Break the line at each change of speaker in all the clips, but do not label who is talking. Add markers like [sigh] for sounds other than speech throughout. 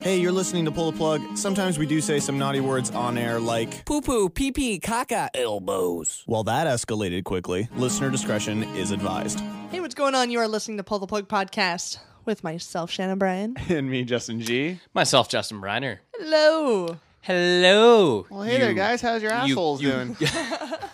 Hey, you're listening to Pull the Plug. Sometimes we do say some naughty words on air like,
Poo poo, pee pee, caca, elbows.
well, that escalated quickly. Listener discretion is advised.
Hey, what's going on? You are listening to Pull the Plug podcast with myself, Shannon Bryan.
[laughs]
And me, Justin G.
Myself, Justin Briner.
Hello.
Hello.
Well, hey there,
you-
guys. How's your
you-
assholes
you-
doing?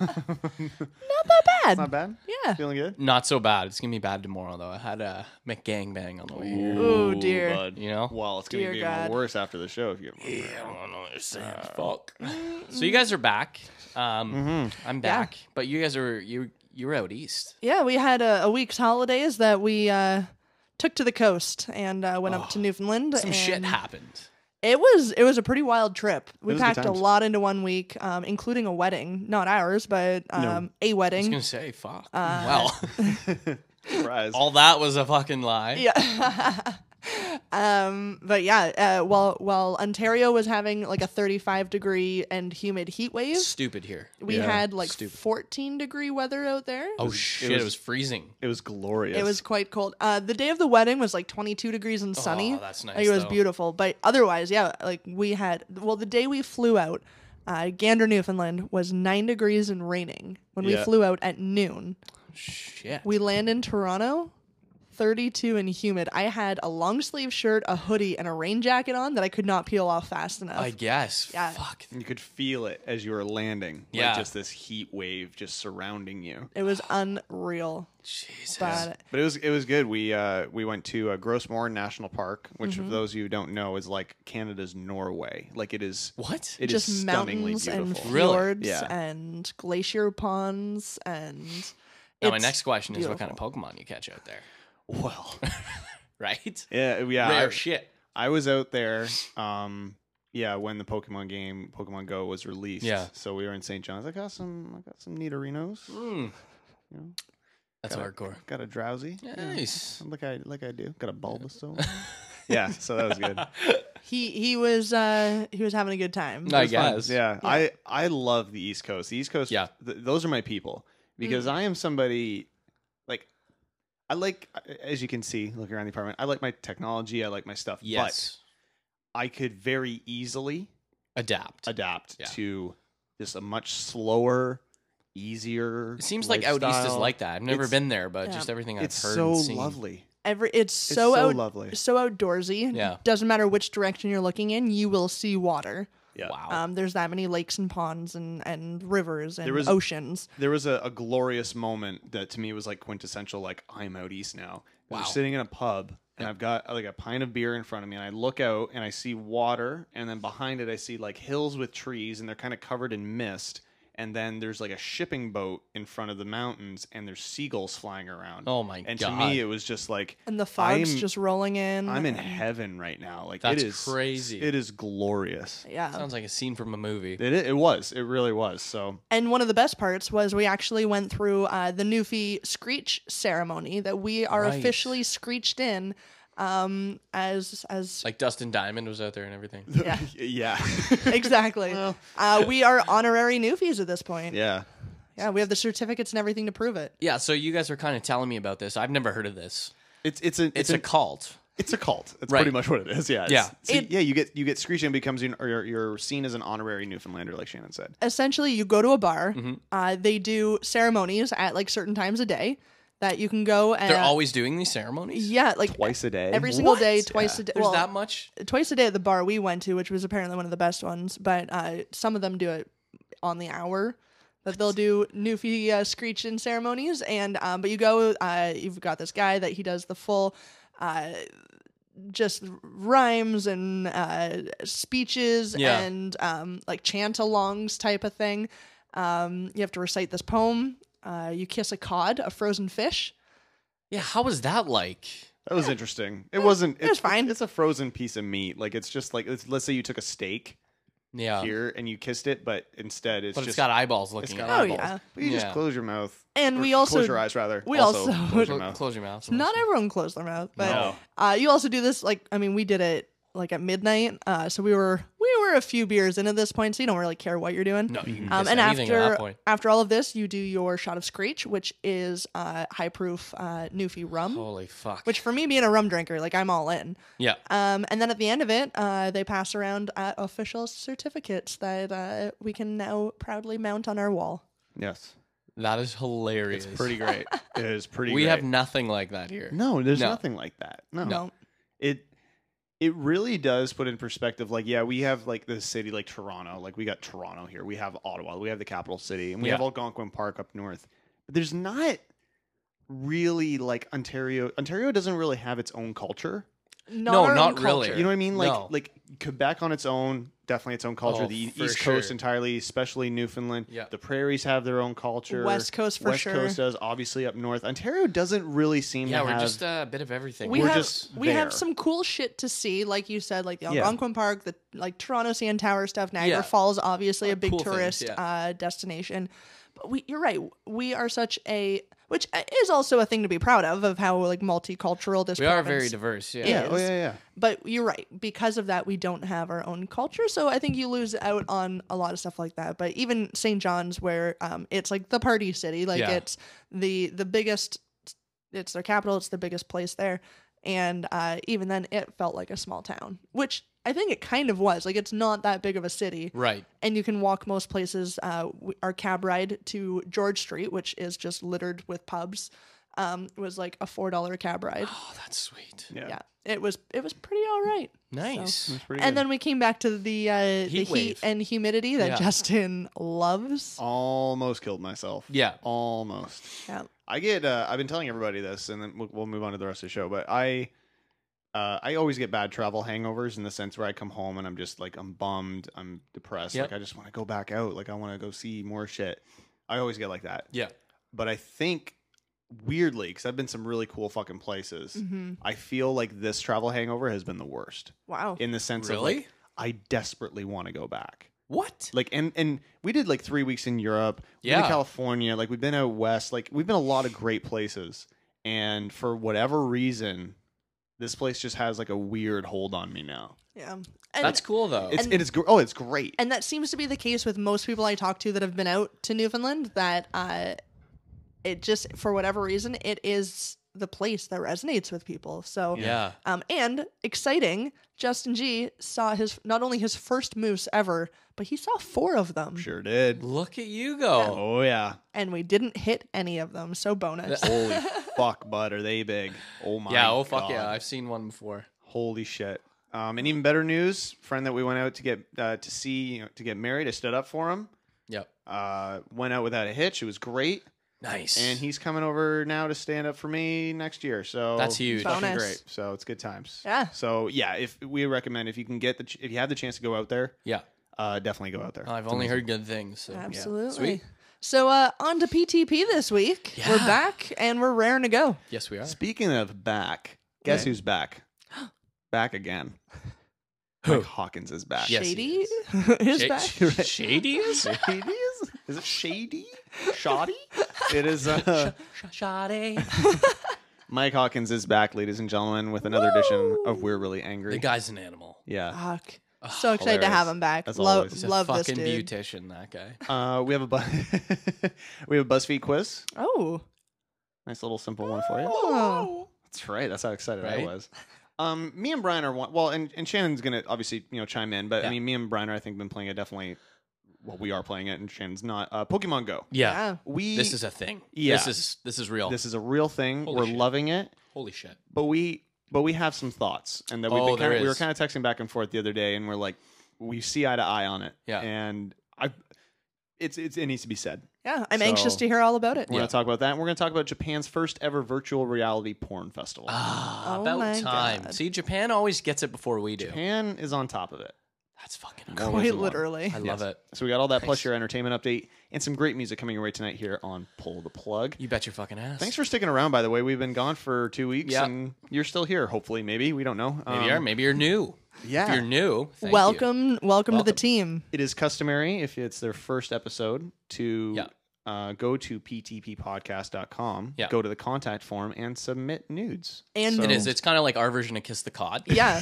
Not that bad.
Not bad.
Yeah.
Feeling good.
[laughs] Not so bad. It's gonna be bad tomorrow though. I had a McGangbang on the way here.
Oh dear.
You know.
Well, it's gonna
Dear
be
God.
even worse after the show if you. Uh, Ever
I don't understand. Fuck.
Mm-hmm.
So you guys are back. Um,
Mm-hmm.
I'm back, but you guys are you you were out east.
Yeah, we had a, a week's holidays that we uh, took to the coast and uh, went up to Newfoundland.
Oh, Some shit
and
happened.
It was it was a pretty wild trip. We
was good
packed a
times.
lot into one week, um, including a wedding. Not ours, but um, a
I was
wedding. Uh,
gonna say fuck. well,
[laughs] surprised.
all that was a fucking lie.
Yeah. [laughs] um, but yeah, uh, while while Ontario was having like a 35 degree and humid heat wave,
Stupid here.
we
Yeah,
had like
stupid.
14 degree weather out there.
Oh shit! It was,
was-
freezing.
it was glorious.
It was quite cold. Uh, the day of the wedding was like 22 degrees and sunny.
Oh, that's nice,
Like, it was
though.
beautiful. But otherwise, yeah, like we had, well, the day we flew out, uh, Gander, Newfoundland was nine degrees and raining when we
Yeah.
flew out at noon.
Shit.
We land in Toronto, 32 and humid. I had a long sleeve shirt, a hoodie, and a rain jacket on that I could not peel off fast enough.
I guess.
Yeah.
Fuck.
You could feel it as you were landing.
Yeah.
Like just this heat wave just surrounding you.
it was unreal.
Jesus.
But
But it was it was good. We uh we went to uh, Grossmorne National Park, which
Mm-hmm.
for those of you who don't know is like Canada's Norway. Like it is
What?
It is
just
stunningly
mountains
beautiful.
and
Really?
fjords
Yeah.
and glacier ponds and.
Now my
it's
next question is what kind
beautiful.
of Pokemon you catch out there? Well,
[laughs]
[laughs] right?
yeah, yeah. [laughs]
Rare
I-
shit.
I was out there. Um, yeah, when the Pokemon game Pokemon Go was released.
Yeah.
So we were in St. John's. I got some. I got some Nidorinos.
Mm.
You know,
That's
Got it.
hardcore.
got a drowsy.
Nice.
Like I like I do. Got a Bulbasaur.
[laughs]
yeah. So that was good.
He he was uh he was having a good time.
I
It was fun.
guess.
Yeah, I I love the East Coast. The East Coast.
Yeah.
th- those are my people because
Mm-hmm.
I am somebody like I like as you can see looking around the apartment. I like my technology. I like my stuff.
Yes.
But I could very easily
Adapt.
adapt
Yeah.
to just a much slower, easier.
It seems like out east is
lifestyle.
like that. I've never
It's-
been there, but
Yeah.
just everything
It's
I've heard
so
and seen.
lovely.
Every it's
It's
so
so,
out,
lovely.
so outdoorsy.
Yeah.
Doesn't matter which direction you're looking in, you will see water.
Yeah.
Wow.
Um there's that many lakes and ponds and and rivers and
There was-
oceans.
There was a, a glorious moment that to me was like quintessential. Like I'm out east now.
Wow.
We're sitting in a pub and I've got like a pint of beer in front of me, and I look out and I see water, and then behind it I see like hills with trees, and they're kind of covered in mist. And then there's like a shipping boat in front of the mountains, and there's seagulls flying around.
Oh my
And to
God.
me, it was just like
And the fog's
I'm-
just rolling in.
I'm in heaven right now. Like
That's
it is
crazy.
It is glorious.
yeah.
Sounds like a scene from a movie.
It it was. It really was. So
And one of the best parts was we actually went through uh, the Newfie Screech ceremony that we are
Right.
officially screeched in um as as [laughs]
Like Dustin Diamond was out there and everything.
yeah
[laughs]
[laughs]
yeah,
exactly uh we are honorary newfies at this point
yeah.
Yeah, we have the certificates and everything to prove it.
Yeah, so you guys are kind of telling me about this. I've never heard of this.
It's it's a
It's,
it's,
a cult.
it's a cult. That's
Right.
pretty much what it is. Yeah. it's-
Yeah.
so,
It-
yeah. You get you get screeching becomes your or you're, you're seen as an honorary Newfoundlander, like Shannon said.
Essentially, you go to a bar.
Mm-hmm.
Uh, they do ceremonies at like certain times a day that you can go and
They're always doing these ceremonies?
yeah, like
Twice a day.
every single
What?
day, twice a day.
There's
well,
that much?
twice a day at the bar we went to, which was apparently one of the best ones. But uh, some of them do it on the hour that they'll do Newfie uh, screeching ceremonies. And um, but you go, uh, you've got this guy that he does the full. Uh, just rhymes and uh, speeches
Yeah.
and um, like chant alongs type of thing. Um, you have to recite this poem. Uh, you kiss a cod, a frozen fish.
Yeah, how was that like?
That was interesting. It wasn't.
was fine.
It's a frozen piece of meat. Like it's just like it's, let's say you took a steak
Yeah.
here and you kissed it, but instead it's
but
just
it's got eyeballs looking
it's
at
got
it.
Oh,
eyeballs.
yeah.
But you
Yeah.
just close your mouth.
And
Or
we also-
close your eyes rather.
we also-
close your
Clo-
mouth.
Close your mouth.
Not everyone closed their mouth, but
No.
uh, you also do this. Like, I mean, we did it like at midnight, uh, so we were we mean, we're a few beers in at this point, so you don't really care what you're doing.
No, you can
Um,
miss
and
anything at that
after
point.
after all of this, you do your shot of screech, which is uh, high proof uh, Newfie rum.
Holy fuck.
Which for me being a rum drinker, like I'm all in.
yeah.
Um, and then at the end of it, uh, they pass around uh, official certificates that uh, we can now proudly mount on our wall.
Yes.
That is hilarious.
It's pretty
[laughs]
great. it is pretty
we
great.
have nothing like that here.
No, there's
No.
nothing like that. No.
No.
It it really does put in perspective like yeah, we have like the city like Toronto, like we got Toronto here. We have Ottawa, we have the capital city, and we have
Yeah.
Algonquin Park up north. But there's not really like Ontario Ontario doesn't really have its own culture.
Not
No,
our own
not really.
culture.
You know what I mean? Like
No.
like Quebec on its own, definitely its own culture.
Oh,
the
for
East Coast
sure.
entirely, especially Newfoundland.
Yeah.
The prairies have their own culture.
West Coast for
West
sure.
Coast does obviously up north. Ontario doesn't really seem
Yeah,
to
we're
have
just uh, a bit of everything.
we
We're
We're
have
just
we
there.
have some cool shit to see, like you said, like the
Yeah.
Algonquin Park, the like Toronto Sand Tower stuff, Niagara
Yeah.
Falls, obviously a big
cool things,
tourist
yeah.
uh, destination. But we, you're right, we are such a which is also a thing to be proud of of how like multicultural this
we are very
province
diverse. Yeah.
yeah, oh
is.
yeah, yeah.
But you're right. Because of that, we don't have our own culture. So I think you lose out on a lot of stuff like that. But even St. John's, where um, it's like the party city, like
Yeah.
it's the the biggest. It's their capital. It's the biggest place there, and uh, even then, it felt like a small town, which I think it kind of was. Like it's not that big of a city,
Right.
and you can walk most places. Uh, w- our cab ride to George Street, which is just littered with pubs, um, was like a four dollar cab ride
Oh, that's sweet.
Yeah.
yeah it was it was pretty all right
Nice.
It's pretty
and
good.
then we came back to the uh the
Heat
heat
wave.
and humidity that
Yeah.
justin loves
almost killed myself.
Yeah.
Almost.
yeah
I get. Uh, I've been telling everybody this, and then we'll, we'll move on to the rest of the show. But I, uh, I always get bad travel hangovers in the sense where I come home and I'm just like I'm bummed, I'm depressed, like
Yep.
I just want to go back out, like I want to go see more shit. I always get like that.
Yeah.
But I think weirdly, because I've been some really cool fucking places,
Mm-hmm.
I feel like this travel hangover has been the worst
wow
in the sense of like
Really?
I desperately want to go back.
What?
Like and and we did like three weeks in Europe, we yeah,
Yeah.
California. Like we've been out west. Like we've been a lot of great places. And for whatever reason, this place just has like a weird hold on me now.
yeah and
That's cool though.
It's it is gr- oh, it's great.
and that seems to be the case with most people i talk to that have been out to newfoundland that uh it just for whatever reason it is the place that resonates with people so
yeah.
um and exciting justin g saw his not only his first moose ever but he saw four of them
sure did.
Look at you go.
Oh yeah.
and we didn't hit any of them so bonus
[laughs]
[laughs]
Holy
[laughs]
fuck, bud, are they big? Oh my.
Yeah. oh fuck
God.
yeah. I've seen one before.
Holy shit. Um, and even better news, friend that we went out to get uh, to see you know, to get married. I stood up for him.
Yep.
Uh, went out without a hitch. It was great.
Nice.
and he's coming over now to stand up for me next year. So
That's huge.
fucking
Bonus.
great. So it's good times.
Yeah.
So yeah, if we recommend if you can get the ch- if you have the chance to go out there,
yeah.
uh, definitely go out there.
I've only heard good things. So. yeah.
Absolutely.
Sweet.
So uh, on to PTP this week. We're back and we're raring to go.
Yes, we are.
Speaking of back, guess
Okay.
[gasps]
who's back? back again.
Who?
Mike Hawkins is back.
Yes.
Shady
he
[laughs] is,
is.
back.
[laughs]
Shady is.
Shady is? Is it shady? Shoddy?
[laughs]
It is. Uh,
Shady.
Mike Hawkins is back, ladies and gentlemen, with another edition of We're Really Angry.
The guy's an animal.
yeah.
Fuck. So excited to
Ah, hilarious.
have him back.
As
Lo-
always.
He's a
love this
fucking
dude.
beautician. That guy.
Uh, we have a bu- [laughs] we have a BuzzFeed quiz.
Oh.
Nice little simple one for you.
Oh.
That's right. That's how excited I
Right?
was. Um, me and Brian are one. Well, and, and Shannon's gonna obviously you know chime in, but I
Yeah.
mean, me and Brian are I think been playing it definitely. Well, we are playing it, and Shannon's not. Uh, Pokemon Go.
Yeah.
Yeah.
We
This is a thing.
Yeah.
This is this is real.
this is a real thing.
Holy
We're
shit. [laughs]
loving it,
Holy shit.
but we but we have some thoughts, and that we've
Oh,
been
there
kinda, we were
is.
kind of texting back and forth the other day, and we're like, we see eye to eye on it.
Yeah.
and I, it's, it's it needs to be said.
Yeah. I'm
So-
anxious to hear all about it.
We're gonna talk about that. And we're gonna talk about Japan's first ever virtual reality porn festival.
Ah,
Oh
about
my
time.
God.
See, Japan always gets it before we do.
Japan is on top of it.
That's fucking
More
incredible.
ways
Quite
than one.
literally.
I love it.
So we got all that plus
Nice.
your entertainment update and some great music coming your way tonight here on Pull the Plug.
You bet your fucking ass.
Thanks for sticking around, by the way. We've been gone for two weeks,
Yeah.
and you're still here. Hopefully, maybe we don't know.
Maybe
Um,
you are. Maybe you're new.
yeah.
If you're new, thank you.
welcome, welcome to the team.
It is customary if it's their first episode to
Yeah.
uh, go to ptppodcast.com,
Yeah.
go to the contact form, and submit nudes.
And-
[laughs] It is. It's kind of like our version of Kiss the Cod.
Yeah.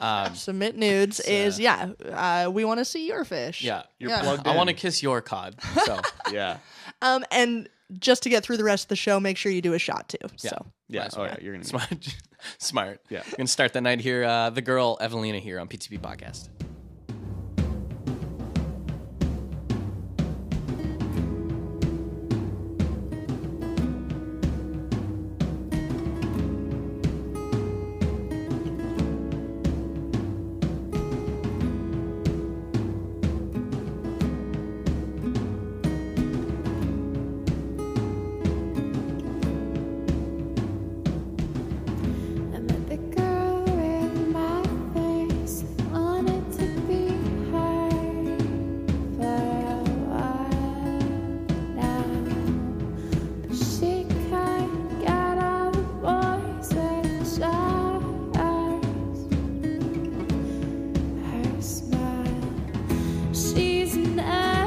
Um,
Submit nudes is yeah. Uh, we want to see your fish.
yeah.
You're
Yeah.
plugged in.
I want to kiss
[laughs]
your cod. So
Yeah.
Um, and just to get through the rest of the show, make sure you do a shot too. So
Yeah.
Might as
Oh,
well.
yeah. You're going to
smart. [laughs] smart.
Yeah.
We're going to start the night here. Uh, the girl, Evelina, here on PTP Podcast.
I met the girl with my face. Wanted to be her for a while now. But she can't get all the boys with showers. Her smile. She's an A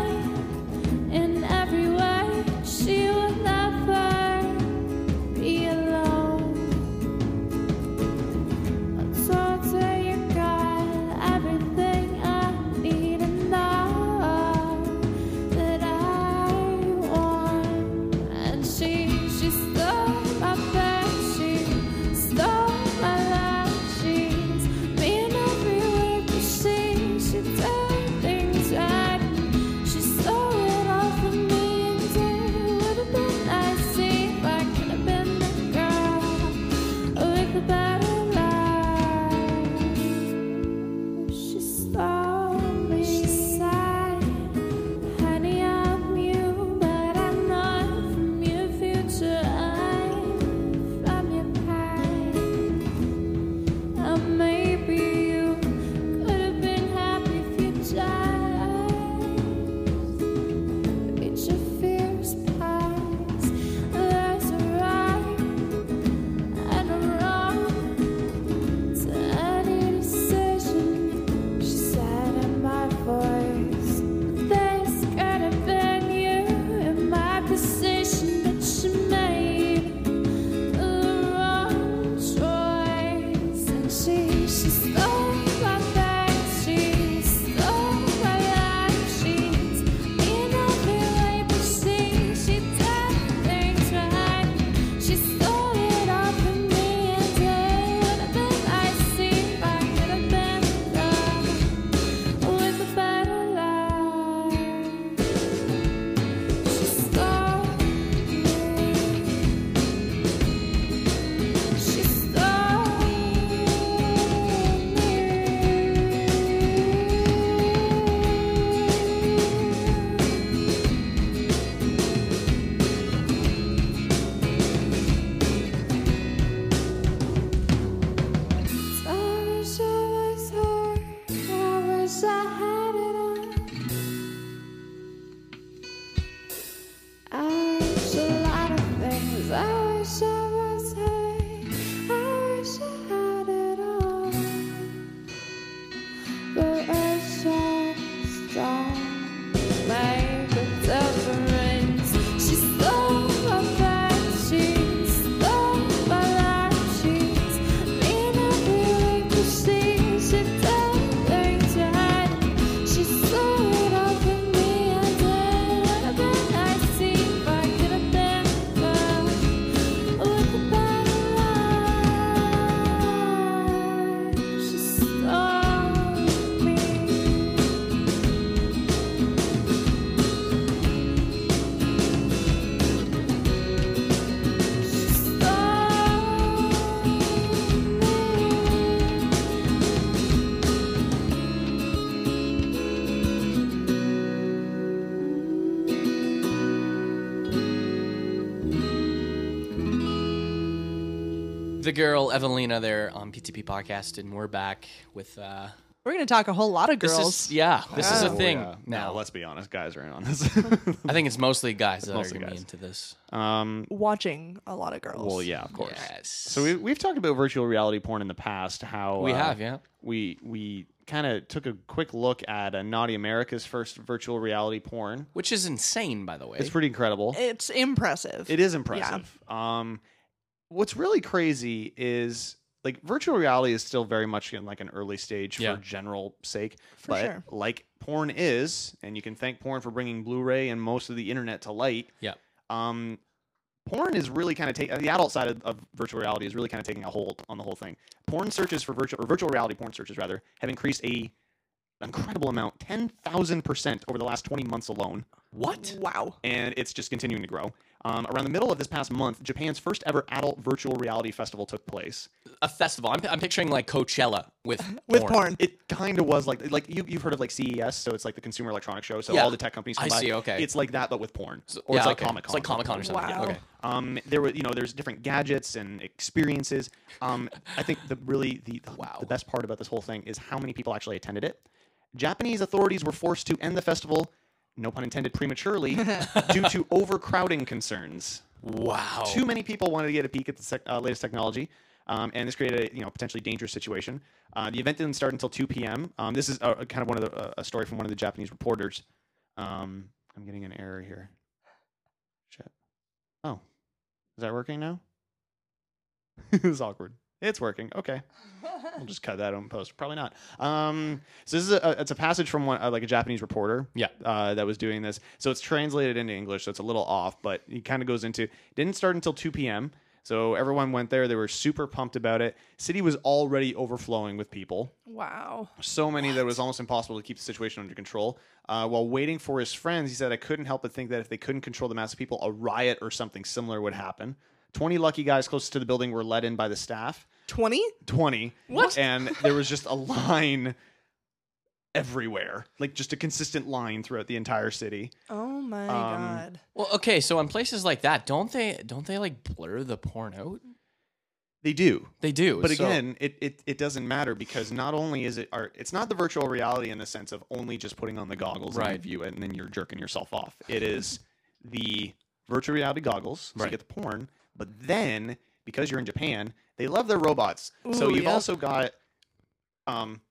in every way. She will never be alone. So to you got everything I need and now that I want And she she stole my back, she stole my life, she's been everywhere but she she done things right She stole it all from me and did would have been nice if I could have been the girl with the better life. She stole me. She sighed, "Honey, I'm you, but I'm not from your future. I'm from your past. And maybe you could have been happy if you tried." Reach your fears past. There's a right and a wrong to any decision. She said in my voice, "This could have been you in my position, but you made the wrong choice." And she, she stole my back, she stole my life, she's been every way, but she, she done things right. She stole it all from me and did what I've been I see I could have been in love with a better life. She stole me. She stole me. I wish I was her. I wish I had it all. I wish a lot of things. I wish I was her. I wish I had it all. But I just don't make a difference. She stole my back. She stole my life. She's been everywhere, but she she done things right. She stole it all from me and then when I see if I could have been the girl with the better life. She stole me.
The girl, Evelina, there on PTP Podcast. And we're back with. Uh,
we're gonna talk a whole lot of
this is-
girls.
yeah. This is a
Oh,
thing
yeah.
now.
No, let's be honest. Guys are in on this.
I think it's mostly guys that
mostly
are going to be
guys.
into this.
um,
Watching a lot of girls.
well, yeah, of course.
Yes.
So we, we've talked about virtual reality porn in the past. How
We
uh,
have, yeah.
We we kind of took a quick look at uh, Naughty America's first virtual reality porn.
Which is insane, by the way.
It's pretty incredible.
It's impressive.
It is impressive. Um, what's really crazy is like virtual reality is still very much in like an early stage
Yeah.
for general sake.
For
but
sure.
like porn is, and you can thank porn for bringing Blu-ray and most of the internet to light.
Yeah.
Um, porn is really kind of taking the adult side of, of virtual reality is really kind of taking a hold on the whole thing. Porn searches for virtual or virtual reality porn searches rather have increased a incredible amount, ten thousand percent over the last twenty months alone
What?
Wow.
and it's just continuing to grow. Um, around the middle of this past month, Japan's first ever adult virtual reality festival took place.
A festival. I'm, I'm picturing like Coachella
[laughs]
with
With porn.
It kind of was like like you you've heard of like CES, so it's like the Consumer Electronics Show, so
Yeah.
all the tech companies. Come
I
by.
see, okay.
it's like that, but with porn,
So-
or
yeah,
it's like
okay.
Comic Con.
It's like Comic Con or something. Yeah,
Wow.
okay.
Um, there were you know there's different gadgets and experiences. Um, I think the really the [laughs] the, the best part about this whole thing is how many people actually attended it. Japanese authorities were forced to end the festival, no pun intended, [laughs] prematurely due to overcrowding concerns.
Wow.
Too many people wanted to get a peek at the sec- uh, latest technology, um, and this created a you know potentially dangerous situation. Uh, the event didn't start until 2 p.m. Um, this is a, a kind of one of the, uh, a story from one of the Japanese reporters. Um, I'm getting an error here. Shit. Oh, is that working now? [laughs] it was awkward. It's working. Okay. We'll just cut that out in post. Probably not. Um, so this is a, it's a passage from one, uh, like a Japanese reporter.
Yeah.
Uh, that was doing this. So it's translated into English. So it's a little off, but he kind of goes into didn't start until 2 p.m. So everyone went there. They were super pumped about it. City was already overflowing with people
Wow.
so many that it was almost impossible to keep the situation under control. Uh, while waiting for his friends, he said, I couldn't help but think that if they couldn't control the mass of people, a riot or something similar would happen. 20 lucky guys closest to the building were let in by the staff.
20?
20.
What?
And there was just a line everywhere, like just a consistent line throughout the entire city.
Oh my
Um,
god.
Well, okay. So in places like that, don't they don't they like blur the porn out?
They do.
They do.
But
so-
again, it, it, it doesn't matter because not only is it art, it's not the virtual reality in the sense of only just putting on the goggles and you
Right.
view it and then you're jerking yourself off. It is the virtual reality goggles, so
Right.
you get the porn, but then because you're in Japan, they love their robots. so
Ooh,
you've
yeah. Uh,
also got um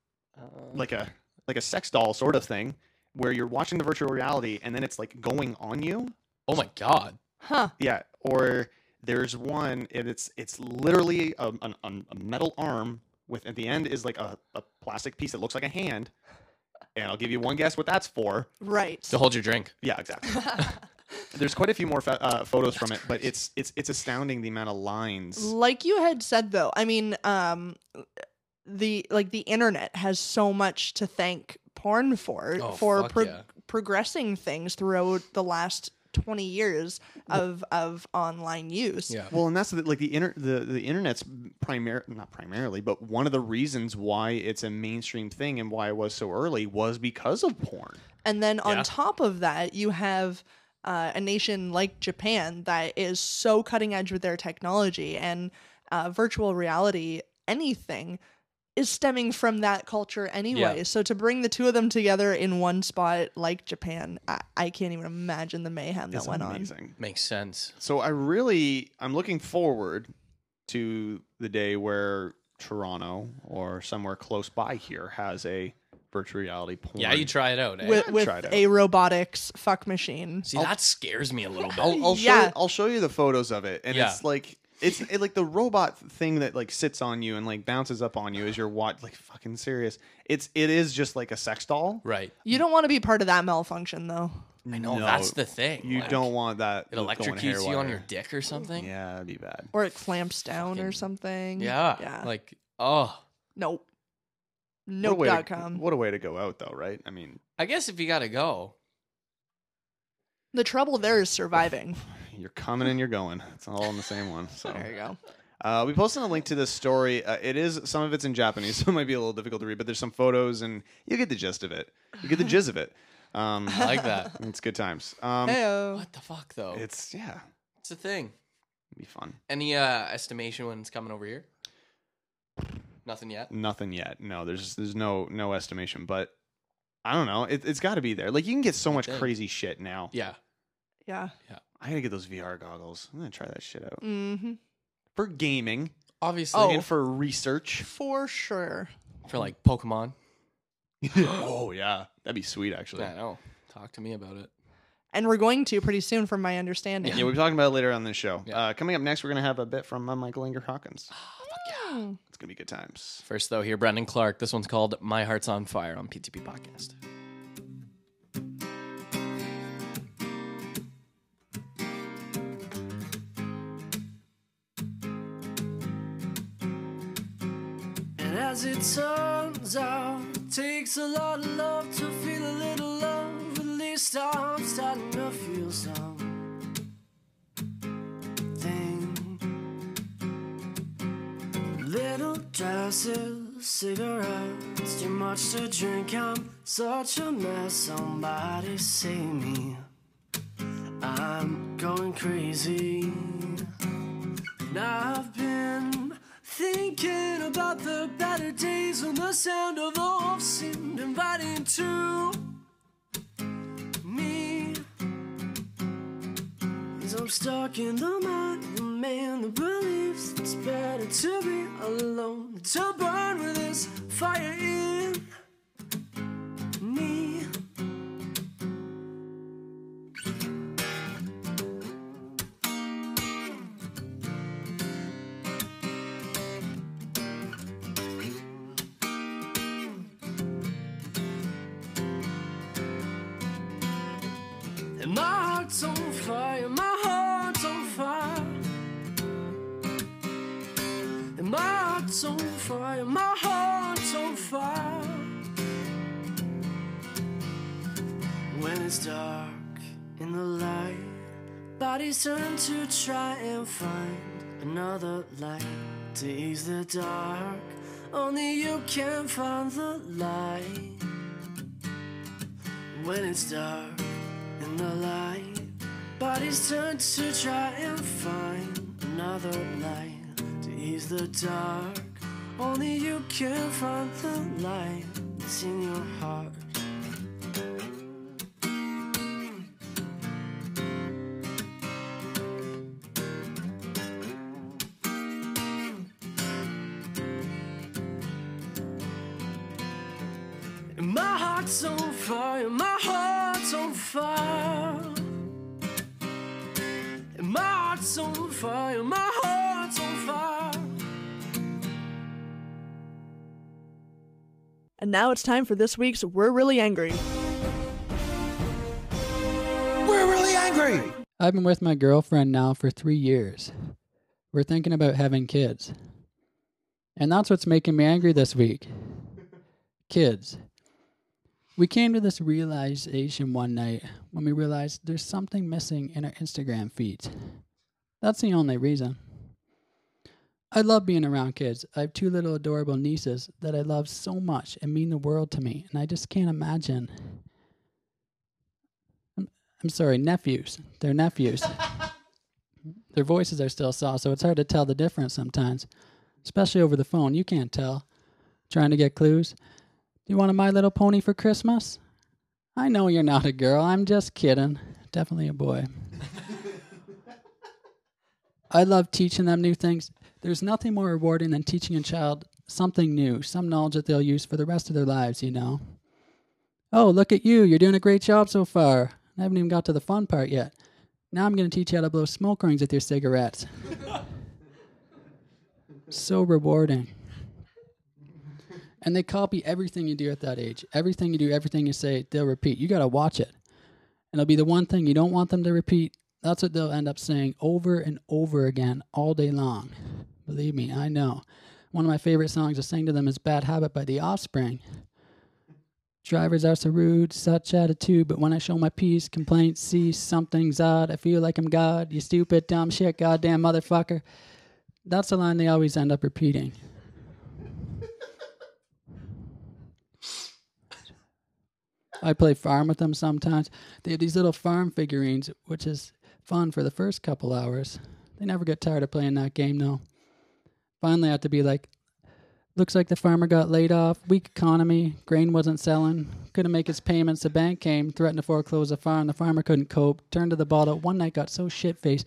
like a like a sex doll sort of thing where you're watching the virtual reality and then it's like going on you.
oh my god.
Huh.
Yeah, or there's one, and it's it's literally a, an- an- a metal arm with at the end is like a, a plastic piece that looks like a hand. And I'll give you one guess what that's for.
Right.
To hold your drink.
Yeah,
[laughs]
exactly. there's quite a few more fa- uh, photos from it, but it's it's it's astounding the amount of lines.
like you had said though i mean um the like the internet has so much to thank porn for
Oh,
for
fuck yeah.
progressing things throughout the last 20 years of of online use
Well, and that's the, like the inter- the the internet's primary not primarily, but one of the reasons why it's a mainstream thing and why it was so early was because of porn.
and then on
Yeah.
top of that you have uh, a nation like japan that is so cutting edge with their technology and uh, virtual reality anything is stemming from that culture anyway so to bring the two of them together in one spot like japan i, I can't even imagine the mayhem that
It's
went
amazing.
Makes sense.
So I really I'm looking forward to the day where Toronto or somewhere close by here has a virtual reality porn.
Yeah, you try it
on
out. eh?
with,
I'd
with
try it out.
a robotics fuck machine
See, that scares me a little bit.
I'll, I'll show
Yeah.
you, I'll show you the photos of it, and
Yeah.
it's like it's it, like the robot thing that like sits on you and like bounces up on you as you're watch like fucking serious. It's it is just like a sex doll.
Right.
you don't want to be part of that malfunction though
I know
No,
oh, that's the thing.
You
like,
don't want that.
It
going
electrocutes you on
hairwire.
your dick or something.
Yeah, that'd be bad.
or it clamps down or something
Yeah.
yeah like
Like oh,
nope
What a way to-
nope.com
What a way to go out though, right? I mean,
I guess if you gotta go,
the trouble there is surviving
[laughs] you're coming and you're going. It's all in the same one. So
there you go
Uh, we posted a link to this story. Uh, it is some of it's in Japanese, [laughs] so it might be a little difficult to read. But there's some photos, and you get the gist of it. You get the gist of it. Um,
[laughs] I like that.
it's good times. Um,
Heyo.
what the fuck though?
It's
It's,
yeah,
a thing.
it'd be fun.
Any uh estimation when it's coming over here? Nothing yet.
Nothing yet. No, there's there's no no estimation, but I don't know. It, it's got to be there. Like you can get so much
think.
crazy shit now.
Yeah.
yeah
I gotta get those VR goggles. I'm gonna try that shit out
mm-hmm
for gaming
Obviously.
Oh.
and for research.
For sure.
For
[laughs]
like Pokemon.
oh yeah, that'd be sweet actually.
I know. Talk to me about it.
and we're going to pretty soon, from my understanding.
Yeah,
[gasps]
we'll be talking about it later on this show.
Yeah.
Uh, coming up next, we're going to have a bit from uh, Michael Inger Hawkins. It's going to be good times.
First, though, here, Brendan Clark. This one's called My Heart's on Fire on PTP Podcast.
And as it turns out, takes a lot of love to feel a little love. At least I'm starting to feel something. Little dresses, cigarettes, too much to drink. I'm such a mess. Somebody save me. I'm going crazy. And I've been thinking about the better days when the sound of the wolf seemed inviting to me. As I'm stuck in the mind of a man who believes it's better to be alone, to burn with this fire in me. And my heart's on fire, my heart's on fire. And my heart's on fire, my heart's on fire. When it's dark in the light, bodies turn to try and find another light to ease the dark. Only you can find the light. When it's dark in the light. Bodies turn to try and find another light to ease the dark. Only you can find the light that's in your heart. And My heart's on fire, my heart's on fire. And My heart's on fire, my heart's on fire.
And now it's time for this week's We're Really Angry.
I've been with my girlfriend now for three years. We're thinking about having kids. And that's what's making me angry this week. Kids. We came to this realization one night when we realized there's something missing in our Instagram feeds. That's the only reason. I love being around kids. I have two little adorable nieces that I love so much and mean the world to me, and I just can't imagine I'm sorry, nephews. They're nephews. Their voices are still soft, so it's hard to tell the difference sometimes, especially over the phone. You can't tell. Trying to get clues. Do you want a My Little Pony for Christmas? I know you're not a girl. I'm just kidding. Definitely a boy. I love teaching them new things. There's nothing more rewarding than teaching a child something new, some knowledge that they'll use for the rest of their lives, you know. Oh, look at you. You're doing a great job so far. I haven't even got to the fun part yet. Now I'm going to teach you how to blow smoke rings with your cigarettes. so rewarding. And they copy everything you do at that age. Everything you do, everything you say, they'll repeat. You got to watch it. And it'll be the one thing you don't want them to repeat. That's what they'll end up saying over and over again all day long. Believe me, I know. One of my favorite songs to sing to them is Bad Habit by The Offspring. Drivers are so rude, such attitude. But when I show my peace, complaints cease. Something's odd. I feel like I'm God. You stupid, dumb shit, goddamn motherfucker. That's the line they always end up repeating. I play farm with them sometimes. They have these little farm figurines, which is fun for the first couple hours. They never get tired of playing that game, though. Finally, I have to be like, Looks like the farmer got laid off. Weak economy. Grain wasn't selling. Couldn't make his payments. The bank came, threatened to foreclose the farm. The farmer couldn't cope. Turned to the bottle. One night got so shit faced,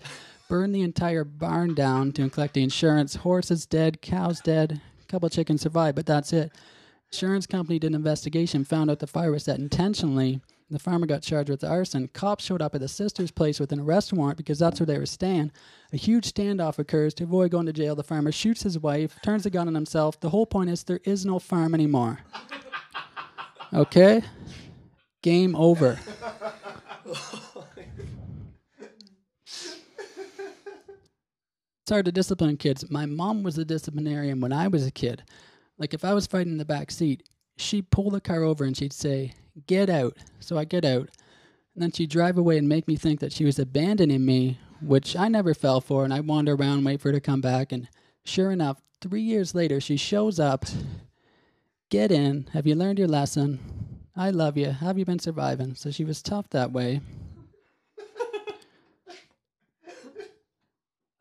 burned the entire barn down to collect the insurance. Horses dead. Cows dead. Couple chickens survived, but that's it. Insurance company did an investigation, found out the fire was set intentionally The farmer got charged with arson. Cops showed up at the sister's place with an arrest warrant because that's where they were staying. A huge standoff occurs. To avoid going to jail, the farmer shoots his wife, turns the gun on himself. The whole point is there is no farm anymore. Okay? Game over. It's hard to discipline kids. My mom was a disciplinarian when I was a kid. Like if I was fighting in the back seat, she'd pull the car over and she'd say, "Get out." So I get out, and then she'd drive away and make me think that she was abandoning me, which I never fell for. And I wander around, wait for her to come back, and sure enough, three years later, she shows up. Get in. Have you learned your lesson? I love you. Have you been surviving? So she was tough that way.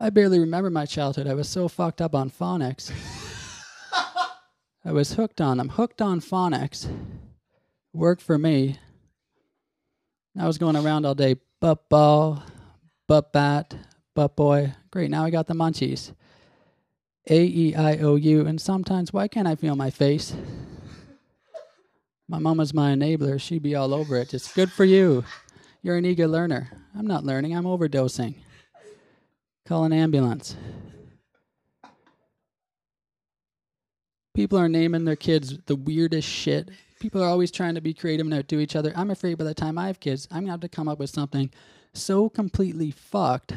I barely remember my childhood. I was so fucked up on phonics. I was hooked on them. Hooked on phonics. Worked for me. I was going around all day. Butt ball, butt bat, butt boy. Great, now I got the munchies. A E I O U. And sometimes, why can't I feel my face? My mom was my enabler. She'd be all over it. Just good for you. You're an eager learner. I'm not learning, I'm overdosing. Call an ambulance. People are naming their kids the weirdest shit. People are always trying to be creative and outdo each other. I'm afraid by the time I have kids, I'm gonna have to come up with something so completely fucked.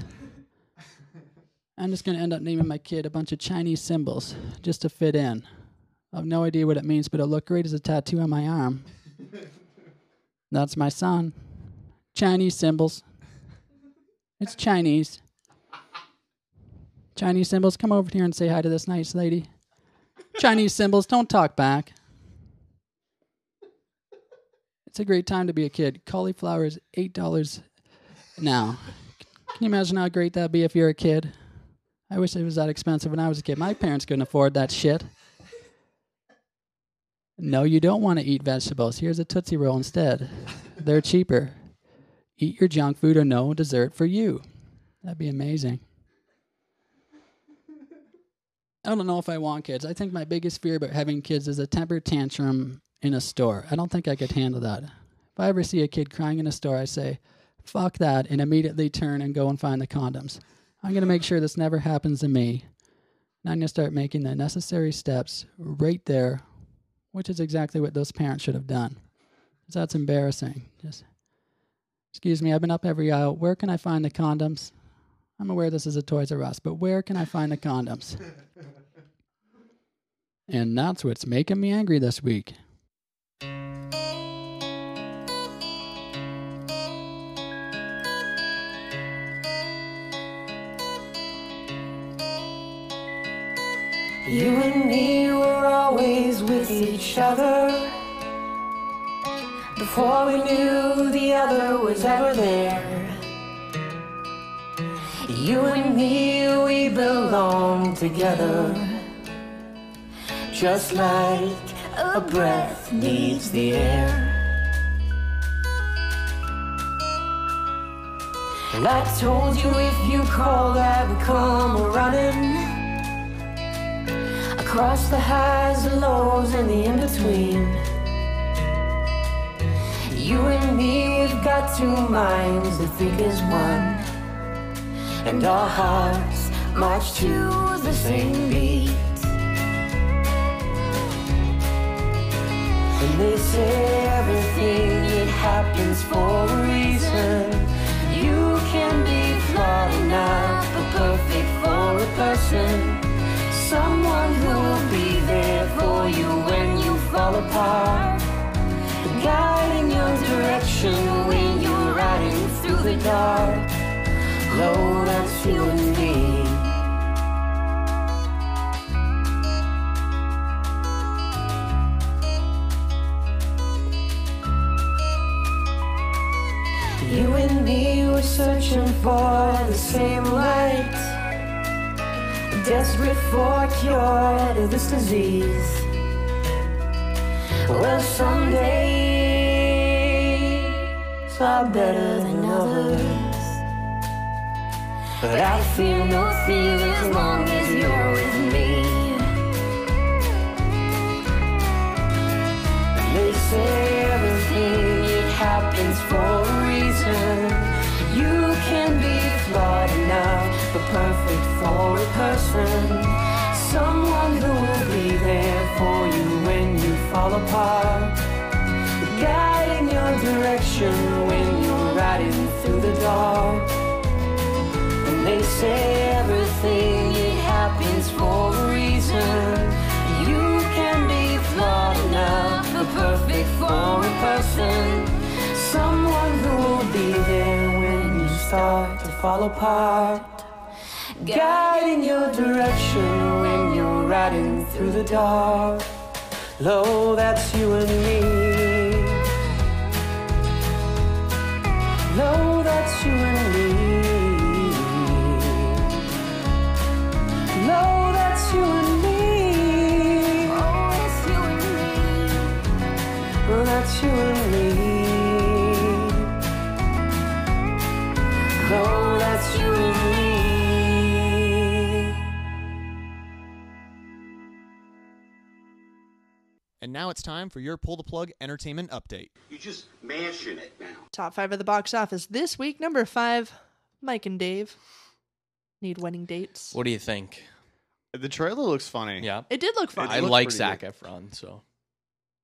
I'm just gonna end up naming my kid a bunch of Chinese symbols just to fit in. I've no idea what it means, but it'll look great as a tattoo on my arm. That's my son. Chinese symbols. It's Chinese. Chinese symbols, come over here and say hi to this nice lady. Chinese symbols, don't talk back. It's a great time to be a kid. Cauliflower is eight dollars now. Can you imagine how great that'd be if you're a kid? I wish it was that expensive when I was a kid. My parents couldn't afford that shit. No, you don't want to eat vegetables. Here's a Tootsie Roll instead. They're cheaper. Eat your junk food or no dessert for you. That'd be amazing. I don't know if I want kids. I think my biggest fear about having kids is a temper tantrum in a store. I don't think I could handle that. If I ever see a kid crying in a store, I say, fuck that, and immediately turn and go and find the condoms. I'm going to make sure this never happens to me. And I'm going to start making the necessary steps right there, which is exactly what those parents should have done. 'Cause that's embarrassing. Just, excuse me, I've been up every aisle. Where can I find the condoms? I'm aware this is a Toys R Us, but where can I find the condoms? And that's what's making me angry this week.
You and me were always with each other. Before we knew the other was ever there. You and me, we belong together. Just like a breath needs the air. And I told you if you called, I would come running across the highs and lows and the in between. You and me, we've got two minds that think as one, and our hearts march to the same beat. And they say everything it happens for a reason. You can be flawed enough, but perfect for a person someone who will be there for you when you fall apart. Guiding your direction when you're riding through the dark. Lord, that's you and me. You and me were searching for the same light desperate for a cure to this disease. Well, some days are better than others. But I feel no fear as long as you're with me. They say everything it happens. happens for a reason. You can be flawed enough, but perfect for a person. Someone who will be there for you when you fall apart. Guiding your direction when you're riding through the dark. And they say everything it happens for a reason. You can be flawed enough, but perfect for a person. Someone who will be there when you start to fall apart. Guiding your direction when you're riding through the dark. Lo, that's you and me. Lo, that's you and me. Lo, that's you and me. that's you and me. That's you and me. Lo, that's you and me.
And now it's time for your pull the plug entertainment update.
You're just mashing it now.
Top five of the box office this week. Number five, Mike and Dave. Need wedding dates.
What do you think?
The trailer looks funny.
Yeah.
It did look fun.
I
looks
like
pretty
Zac Efron, so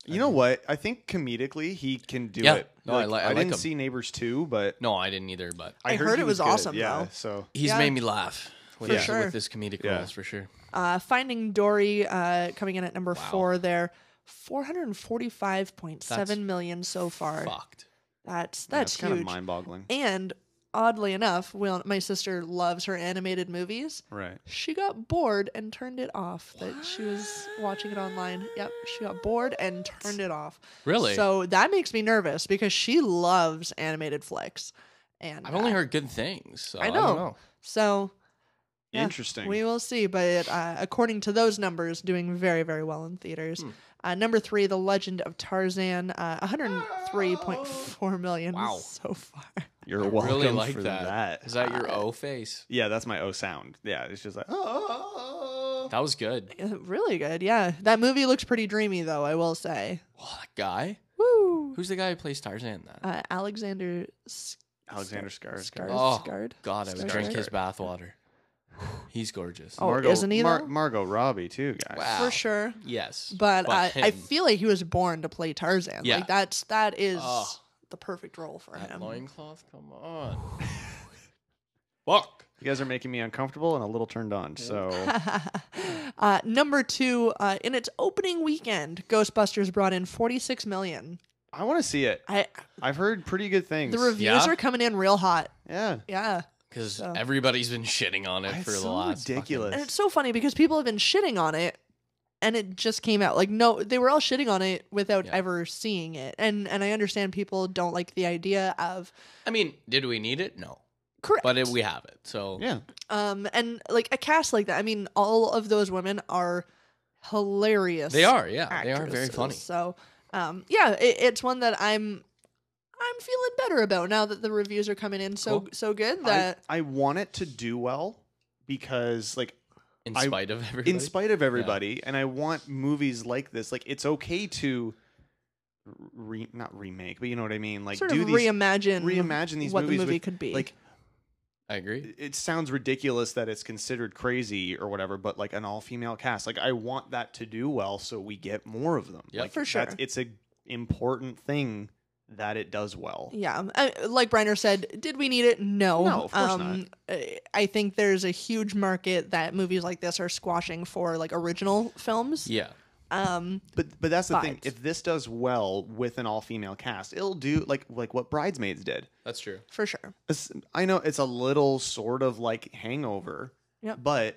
You know what? I think comedically he can do
Yeah.
it.
No, I li- I
I
like
didn't
him.
see Neighbors 2, but
no, I didn't either, but
I heard
he
it was
good.
awesome,
Yeah.
though.
So
he's
Yeah.
made me laugh with,
For
his-
sure.
with his comedic
Yeah.
roles for sure.
Uh, Finding Dory uh, coming in at number four there. 445.7 million so far.
Fucked.
That's
yeah,
that's
it's kind of
huge.
mind-boggling.
and oddly enough, well, my sister loves her animated movies.
Right.
She got bored and turned it off. That she was watching it online. Yep, she got bored and turned it off.
Really?
So that makes me nervous because she loves animated flicks. And
I've only
uh,
heard good things. So
I
I,
know.
don't know.
so. yeah,
Interesting.
We will see, but uh, according to those numbers, doing very, very well in theaters.
Hmm.
Uh, number three, The Legend of Tarzan, uh, 103.4 million
Oh! Wow.
so far.
You're
I
welcome
really like
for Uh,
that. Is that your O face?
Yeah, that's my O sound. Yeah, it's just like oh.
That was good.
Uh, Really good, yeah. That movie looks pretty dreamy, though. I will say.
Well, that guy.
Woo!
Who's the guy who plays Tarzan? in That.
Uh, Alexander Sk-
Alexander Skarsgård.
Skarsgård.
oh
Skarsgård?
God, I would
Skarsgård?
drink his bathwater. He's gorgeous.
Oh, isn't he
Mar-
though?
Margot Robbie too, guys.
Wow.
for sure.
uh, Yes,
But, I, I
him,
feel like he was born to play Tarzan.
Yeah.
Like that's that is
Oh.
the perfect role for
that
him.
loincloth. Come on. Fuck.
You guys are making me uncomfortable and a little turned on. So [laughs]
[laughs] uh, number two, uh, in its opening weekend, Ghostbusters brought in 46 million.
I want to see it.
I
I've heard pretty good things.
the reviews
Yeah?
are coming in real hot.
yeah.
Yeah.
Because
So-
everybody's been shitting on it
It's
for the
so
last. fucking-
ridiculous.
And it's so funny because people have been shitting on it and it just came out. Like no they were all shitting on it without
Yeah.
ever seeing it. And and I understand people don't like the idea of
I mean, did we need it? No,
correct.
but it, we have it. So
yeah.
um and like a cast like that. I mean, all of those women are hilarious.
they are. Yeah, they are very
actresses.
funny.
So um yeah, it, it's one that I'm I'm feeling better about now that the reviews are coming in so
Cool.
so good that
I, I want it to do well because like
In
I-
spite of everybody.
in spite of everybody and i want movies like this like it's okay to re- not remake but you know what i mean like
sort
do
of
these
reimagine
reimagine these
what
movies
the movie
with,
could be.
like
I agree.
it sounds ridiculous that it's considered crazy or whatever but like an all-female cast like i want that to do well so we get more of them
Yep.
like
For sure.
that's- it's a important thing that it does well
Yeah, I, like Briner said, did we need it? No.
No, of course
not. I think there's a huge market that movies like this are squashing for like original films.
Yeah.
Um,
But but that's the thing.
But-
If this does well with an all female cast, it'll do like like what Bridesmaids did.
That's true.
for sure.
It's- I know it's a little sort of like Hangover,
Yep.
but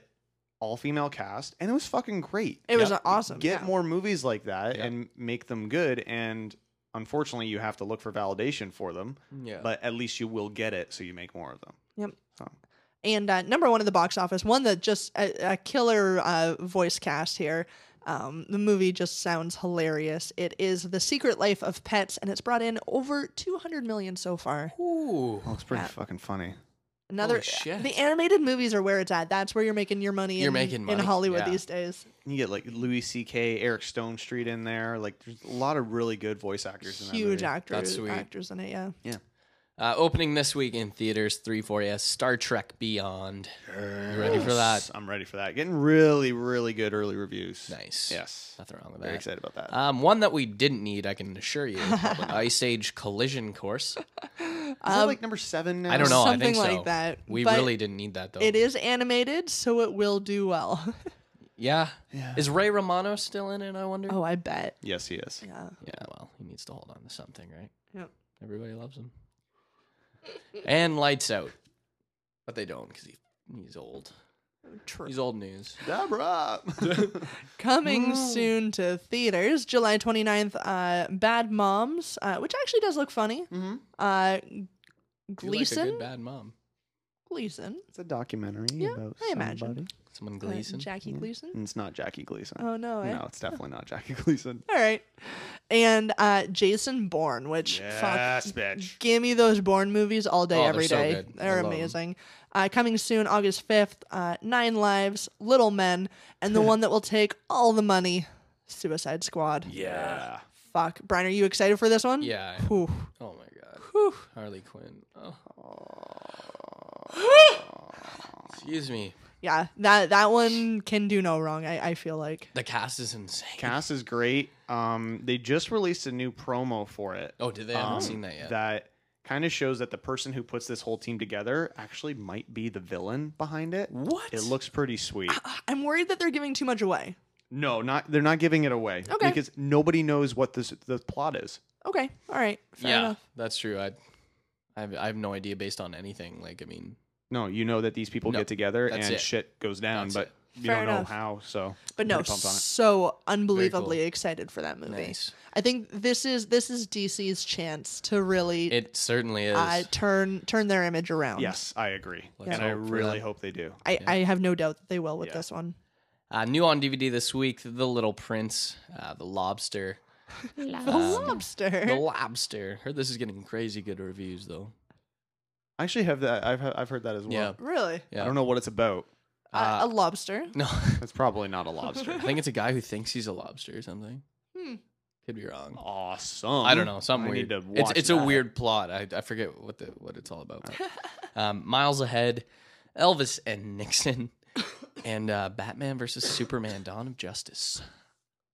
all female cast, and it was fucking great.
It was
Yep.
awesome.
Get
yeah.
more movies like that
Yep.
and make them good. And unfortunately, you have to look for validation for them.
Yeah.
But at least you will get it, so you make more of them.
And uh, number one of the box office, one that just a, a killer uh, voice cast here. Um, the movie just sounds hilarious. It is The Secret Life of Pets, and it's brought in over 200 million so far.
Ooh.
Well, it's pretty fucking funny.
Another
Holy shit.
the animated movies are where it's at. That's where you're making your money.
You're
in,
making money,
in Hollywood
yeah.
these days.
You get like Louis C.K., Eric Stone Street in there. Like, there's a lot of really good voice actors. in that
Huge
movie.
actors,
sweet.
actors in it.
[gasps]
Yeah.
Uh, opening this week in theaters, 3-4-S, Star Trek Beyond. You ready for that?
I'm ready for that. Getting really, really good early reviews.
Nice.
Yes.
Nothing wrong with that.
Very excited about that.
Um, one that we didn't need, I can assure you,
[laughs]
Ice Age Collision Course.
Is that like number seven now?
I don't know.
Um,
I
Something
think
like
so.
that,
We
but
really didn't need that though.
It is animated, so it will do well. [laughs]
Yeah. Is Ray Romano still in it? I wonder.
oh, I bet.
Yes, he is.
Yeah.
Yeah. Well, he needs to hold on to something, right?
Yep.
Everybody loves him. and Lights Out, but they don't because he he's old.
True.
He's old news.
Deborah.
[laughs]
Coming soon to theaters, July 29th, uh, Bad Moms, uh, which actually does look funny. Uh,
You like a
Gleason?
good bad mom.
Gleason.
it's a documentary about
I imagine.
somebody.
Someone
Uh,
Gleason.
Jackie Gleason.
And it's not Jackie Gleason.
Oh, no, eh?
No, it's definitely not Jackie [laughs] Gleason.
All right. And uh, Jason Bourne, which fuck,
bitch.
give me those Bourne movies all day,
Oh, they're
every
so
day.
good. I
They're
love 'em.
amazing. Uh, coming soon, August 5th, uh, Nine Lives, Little Men, and the one that will take all the money, Suicide Squad.
Yeah.
Fuck. Brian, are you excited for this one?
Yeah. I am.
Whew.
Oh my god.
Whew.
Harley
[gasps]
Quinn. Oh. Excuse me.
Yeah, that that one can do no wrong. I, I feel like
The cast is insane.
Cast is great. Um, they just released a new promo for it.
Oh, did they? I haven't
um,
seen that yet.
That kind of shows that the person who puts this whole team together actually might be the villain behind it.
What? Ah,
It looks pretty sweet.
I'm worried that they're giving too much away.
No, not they're not giving it away.
Okay.
Because nobody knows what this the plot is.
Okay, all right, fair
yeah,
enough.
that's true. I, I have, I have no idea based on anything. Like, I mean,
No, you know that these people
No,
get together
that's
and
it.
shit goes down,
That's
but
it.
you
Fair
don't know
enough.
how. So,
But no,
pretty pumped on it.
so unbelievably
cool.
excited for that movie.
Nice.
I think this is this is DC's chance to really
it certainly is.
uh, turn turn their image around.
Yes, I agree,
Let's
and I
hope for
really
that.
hope they do.
I, I have no doubt that they will with
Yeah.
this one. [laughs]
uh, new on DVD this week: The Little Prince, uh, The Lobster, Um,
The lobster.
The Lobster. Heard this is getting crazy good reviews though.
I actually have that. I've I've heard that as well.
Yeah.
really?
Yeah.
I don't know what it's about.
Uh, a
Uh,
lobster.
no,
It's probably not a lobster.
I think it's a guy who thinks he's a lobster or something.
Hmm.
Could be wrong.
awesome.
I don't know. Something
I
weird.
Need to
it's
watch
it's
that.
a weird plot. I, I forget what the what it's all about. um, Miles ahead, Elvis
[laughs]
and Nixon, and uh, Batman versus Superman: Dawn of Justice.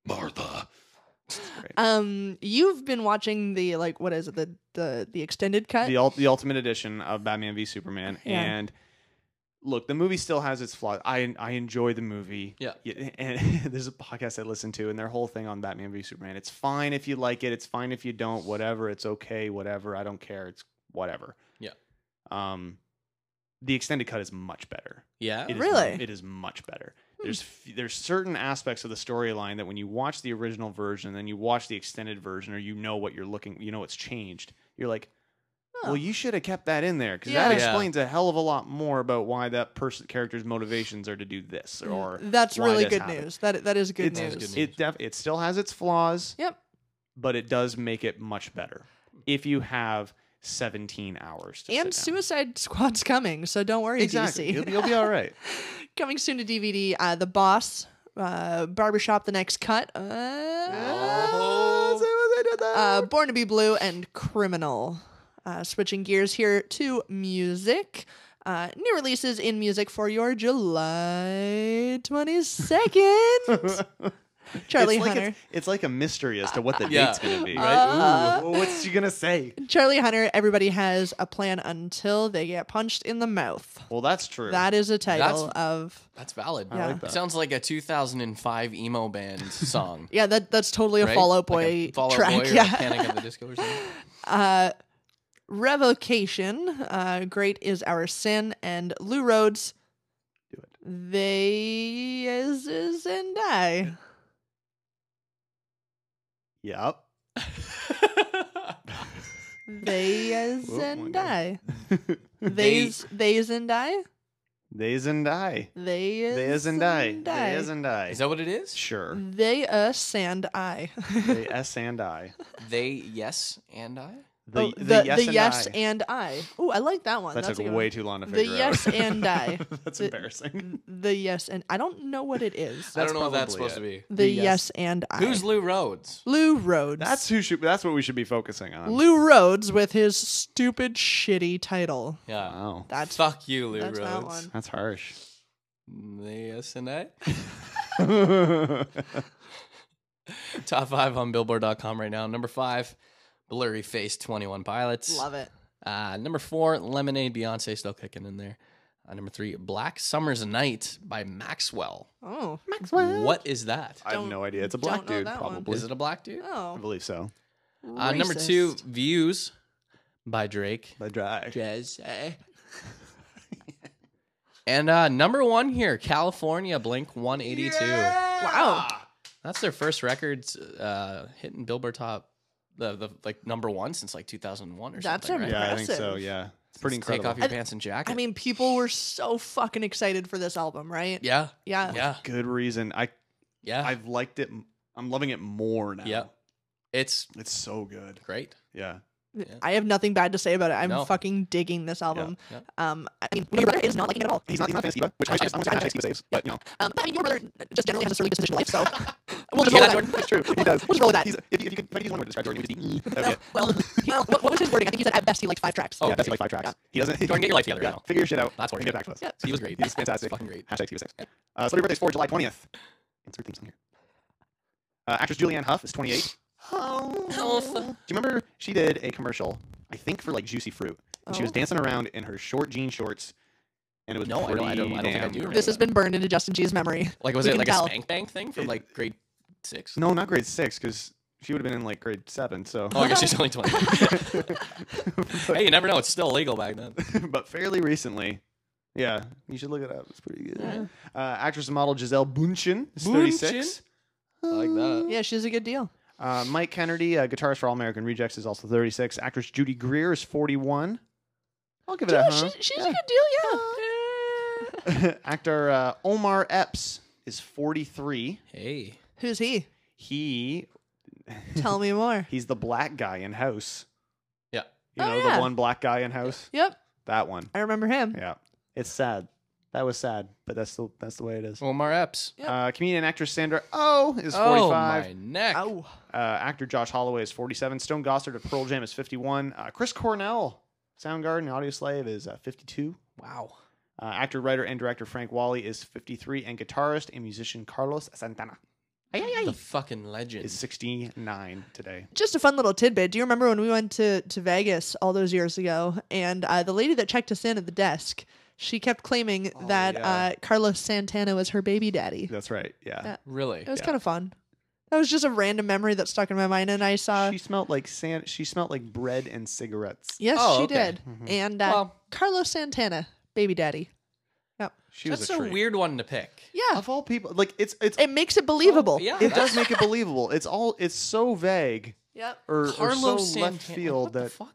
Martha.
Um, you've been watching the like what is it the the the extended cut?
[laughs] the ul- the ultimate edition of Batman v Superman.
Yeah.
And look, the movie still has its flaws. I I enjoy the movie.
Yeah.
And [laughs] there's a podcast I listen to, and their whole thing on Batman v Superman. It's fine if you like it. It's fine if you don't. Whatever. It's okay. Whatever. I don't care. It's whatever.
Yeah.
Um, the extended cut is much better.
Yeah.
It is-
Really? Hmm.
it is much better. There's f- there's certain aspects of the storyline that when you watch the original version, then you watch the extended version, or you know what you're looking, you know it's changed. You're like, well, you should have kept that in there because that
Yeah.
explains a hell of a lot more about why that person character's motivations are to do this or
Mm, That's
why
really
this
good
happened.
news. That that is good
It's,
news.
good news.
It def- it still has its flaws,
Yep.
but it does make it much better if you have 17 hours to
And
sit down.
Suicide [laughs] Squad's coming, so don't worry,
Exactly,
DC.
you'll, be- you'll be all right.
[laughs] coming soon to DVD. Uh, the Boss, uh, Barbershop, The Next Cut, uh,
Ah,
uh, Born to Be Blue, and Criminal. Uh, switching gears here to music. Uh, new releases in music for your July
[laughs]
22nd. Charlie
it's like
Hunter.
It's, it's like a mystery as to
[laughs]
what the
Yeah.
date's going to be.
Uh-huh.
Right?
Well, what's she going to say?
Charlie Hunter, everybody has a plan until they get punched in the mouth.
Well, that's true.
That is a title
That's-
of.
That's valid.
Yeah. like
It sounds like a 2005
[laughs]
emo band song.
Yeah, that that's totally a
right?
Fall Out
Like a
Boy
Fall Out
track.
Boy or
yeah. Uh,
Panic at the
[laughs]
Disco or something.
Revocation, uh, Great is Our Sin, and Lou Rhodes. They is, is and I.
Yep.
They is
Oh my
and
God.
I.
[laughs]
They's they's and I.
Theys and I.
They is,
Theys and I. Theys and I.
Is that what it is?
Sure.
They us and I.
They S and I.
They yes and I.
The,
Oh, [laughs]
the,
the,
yes,
the
and
yes
I.
and I. Ooh, I like that one.
That
That's a
took
good
way
one.
too long to
The
figure
yes
out. [laughs]
and I.
That's
the,
embarrassing.
the yes and I don't know what it is.
I don't know what that's
probably
supposed to be.
The, yes. and I.
Who's Lou Rhodes?
Lou Rhodes?
That's who should. That's what we should be focusing on.
Um, Lou Rhodes with his stupid shitty
[laughs]
title.
Yeah.
Wow,
That's
Fuck you, Lou
that's
Rhodes. Mm,
that one.
that's harsh.
Yes and I. [laughs]
Oh.
Top five on Billboard.com right now. Number five, Blurry Face 21 Pilots.
Love it.
Uh, number four, Lemonade Beyonce still kicking in there. Uh, number three, Black Summer's Night by Maxwell.
Oh.
What is that?
I have
Don't-
no idea. It's a
don't
black
know
dude,
that one.
probably.
Is it a black dude?
I
Oh.
believe so.
Uh, number
Mm-hmm. racist.
two, Views by Drake.
The drive.
eh?
[laughs] And uh, number one here, California Blink 182.
Wow.
That's their first records uh, hitting Billboard top, the, the like number one since like 2001 or
That's
something. right?
Yeah, I think so.
Impressive.
Yeah, it's pretty
Take
incredible.
off your pants and jacket.
I
[laughs]
mean, people were so fucking excited for this album, right?
yeah,
Yeah.
yeah,
Good reason. I
yeah.
I've liked it. m- I'm loving it more now.
Yep. It's
it's so good.
great.
Yeah,
I have nothing bad to say about it. I'm
No.
fucking digging this album.
yeah.
Um, I mean, your brother is not liking it at all. He's not, he's not fancy, which I just, I don't fancy saves, but you know. Um, but I mean, your brother just generally has a surly disposition to life,
[laughs]
so we'll just roll with that. That's true. He does. We'll just roll with that. if, you could, if I could use one word to describe Jordan, it would
[laughs]
be. well, he- well, what, what was his wording? I think he said at best he liked five tracks.
Oh,
yeah.
that's like
five tracks. He doesn't.
Jordan, get your
[laughs]
life together right now.
Figure your shit out.
That's
and
working.
Get back to us.
Yeah.
He was great.
He's fantastic.
Fucking great.
Hashtag Steve Six. Uh, celebrity birthday is for July 20th. Insert theme song here. Uh, actress Julianne Hough is 28. Oh. Do you remember she did a commercial, I think for like Juicy Fruit, and she was
Oh.
dancing around in her short jean shorts, and it was
No, I
pretty
don't- I don't- I don't think I
damn
do remember
great.
This has been burned into Justin G's memory.
Like, was
You
it
can
like
tell.
a spank bang thing from like grade six?
No, not grade six, because she would have been in like grade seven. So,
Oh, I guess she's
[laughs]
only 20. hey, you never know. It's still illegal back then.
but fairly recently. Yeah, you should look it up. It's pretty good. Uh, actress and model Giselle Bundchen is 36.
I like that.
Yeah, she's a good deal.
Uh, Mike Kennedy, uh, guitarist for All American Rejects, is also 36. Actress Judy Greer is 41. I'll give it a
Yeah,
huh.
she's, she's
Yeah.
a good deal, yeah.
[laughs] Actor uh, Omar Epps is 43.
Hey.
Who's he?
He [laughs]
Tell me more.
he's the black guy in House.
Yeah.
You
Oh,
know
yeah.
the one black guy in House.
Yep,
That one.
I remember him.
Yeah, it's sad. That was sad, but that's the that's the way it is.
Omar Epps.
Yep.
Uh, comedian and actress Sandra Oh is
Oh,
45.
my neck.
Oh,
Uh, actor Josh Holloway is 47. Stone Gossard of Pearl Jam is 51. Uh, Chris Cornell, Soundgarden, Audio Slave is uh, 52.
Wow.
Uh, actor, writer, and director Frank Wally is 53, and guitarist and musician Carlos Santana
The fucking legend.
is 69 today.
just a fun little tidbit. Do you remember when we went to, to Vegas all those years ago? And uh, the lady that checked us in at the desk, she kept claiming that
Oh, yeah.
uh, Carlos Santana was her baby daddy.
That's right. Yeah.
really?
It was
yeah.
kind of fun. That was just a random memory that stuck in my mind, and I saw.
she smelled like sand. She smelled like bread and cigarettes. Mm-hmm.
yes,
Oh,
she
okay.
did. And uh,
Well-
Carlos Santana, baby daddy.
She
That's
was a,
a
treat.
weird one to pick.
Yeah,
Of all people, like it's it's
it makes it believable.
Yeah.
it does make it believable. It's all it's so vague
[laughs] Yep.
or, or so
Carlos Santana.
left field
what the
that
fuck?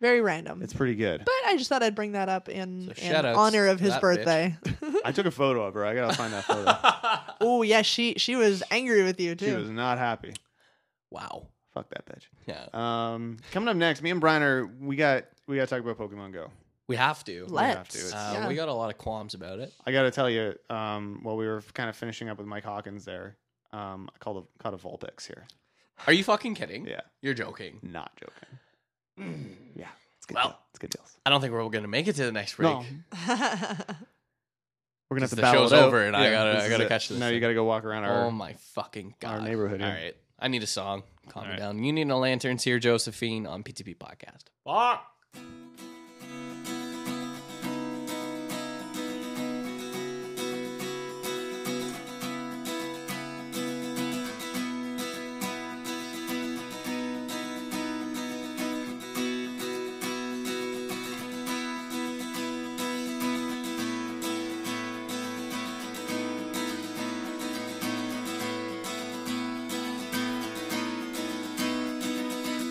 Very random.
it's pretty good.
but I just thought I'd bring that up in,
So
in
shout-outs
honor of
to
his
that bitch.
birthday.
[laughs] I took a photo of her. I gotta find
[laughs]
that photo.
oh yeah, she she was angry with you too.
she was not happy.
Wow.
Fuck that bitch.
Yeah.
Um, coming up next, me and Brian are we got we gotta talk about Pokemon Go.
We have to.
Let's.
to. It's-
Uh,
Yeah.
We got a lot of qualms about it.
I got to tell you, um, while we were kind of finishing up with Mike Hawkins there, um, I called a, caught a Vulpix here.
Are you fucking kidding?
Yeah,
You're joking.
not joking.
[clears throat]
Yeah, it's good.
Well.
deal. it's good deals.
I don't think we're going to make it to the next [laughs] break.
We're gonna have to
The
battle
show's
it out.
over and I gotta-
this
I
is
gotta
it.
catch this
Now you
thing.
got to go walk around our.
oh my fucking god.
neighborhood, yeah.
All right. I need a song. Calm me
right.
down. You need a lanterns here, Josephine, on PTP Podcast.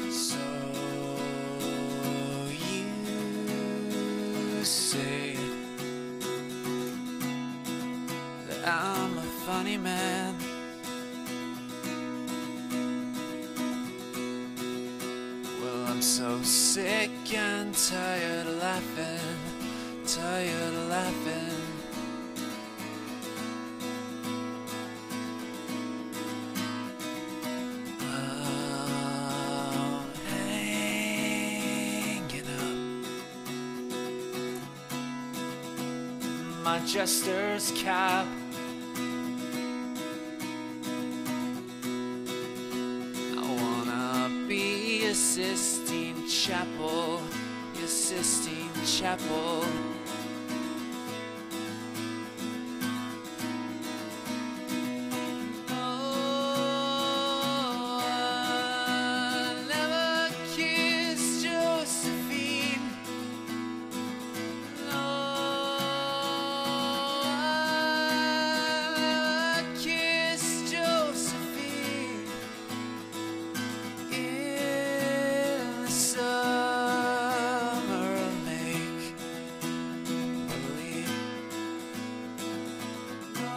So you say that I'm a funny man. Well, I'm
I'm so sick and tired of laughing, tired of laughing.
uh,
Oh, hanging up. My jester's cap. I wanna be a Sistine Chapel, your Sistine Chapel. Oh, I Oh, never kissed Josephine. Oh, No, I never kissed Josephine in the summer of make believe. Oh, I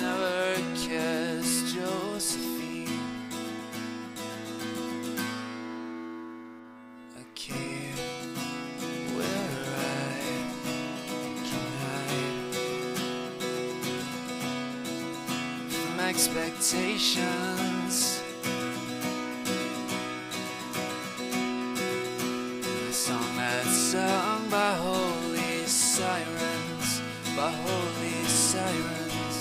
never kissed Josephine. I can't wear a ride tonight from expectations. A song that's sung by holy sirens, by holy sirens.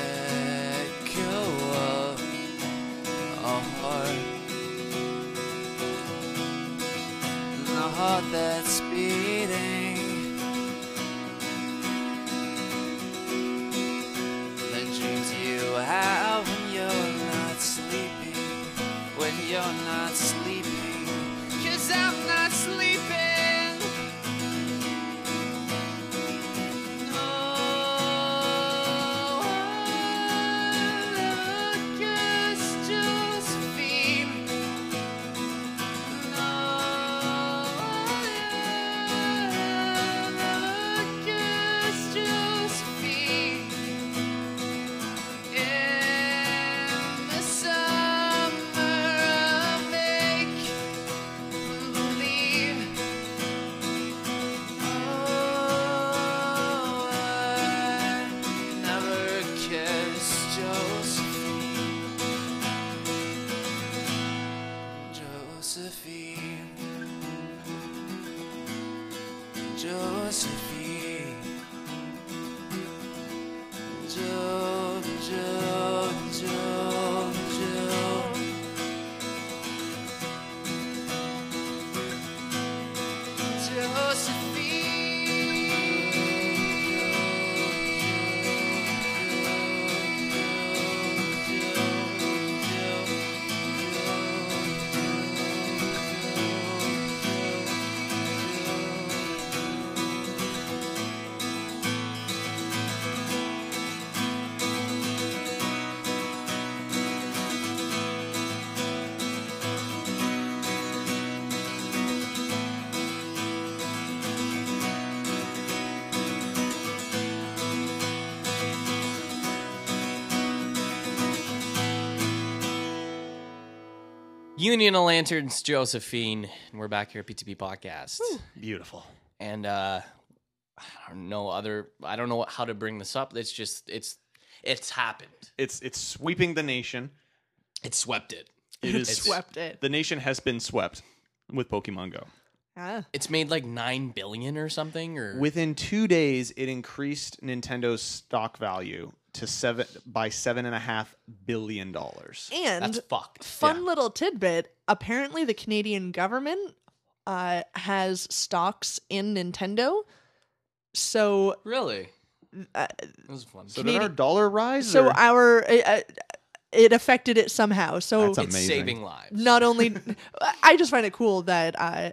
Echo of a heart, and a heart that's beating. the dreams you have when you're not sleeping. When you're not sleeping. Cause I'm not sleeping. Oh, I never kissed Josephine. No, I never kissed Josephine. In the summer of make believe, oh, I never kissed Josephine. Josephine, Josephine. Joe, Joe, Joe, Joe.
Union of Lanterns, Josephine, and we're back here at PTP Podcast.
Beautiful.
And uh I don't know other I don't know how to bring this up. It's just it's it's happened.
It's it's sweeping the nation.
It swept it.
It is
swept it.
The nation has been swept with Pokemon Go.
Ah.
It's made like 9 billion or something or
Within two days, it increased Nintendo's stock value to seven by seven and a half billion dollars.
And
that's fucked.
fun little tidbit apparently the canadian government uh, has stocks in nintendo so uh,
Really? That was fun.
So did our dollar rise?
so
or-
our uh, uh, it affected it somehow so
That's a-
it's
amazing.
saving lives. [laughs]
not only i just find it cool that uh,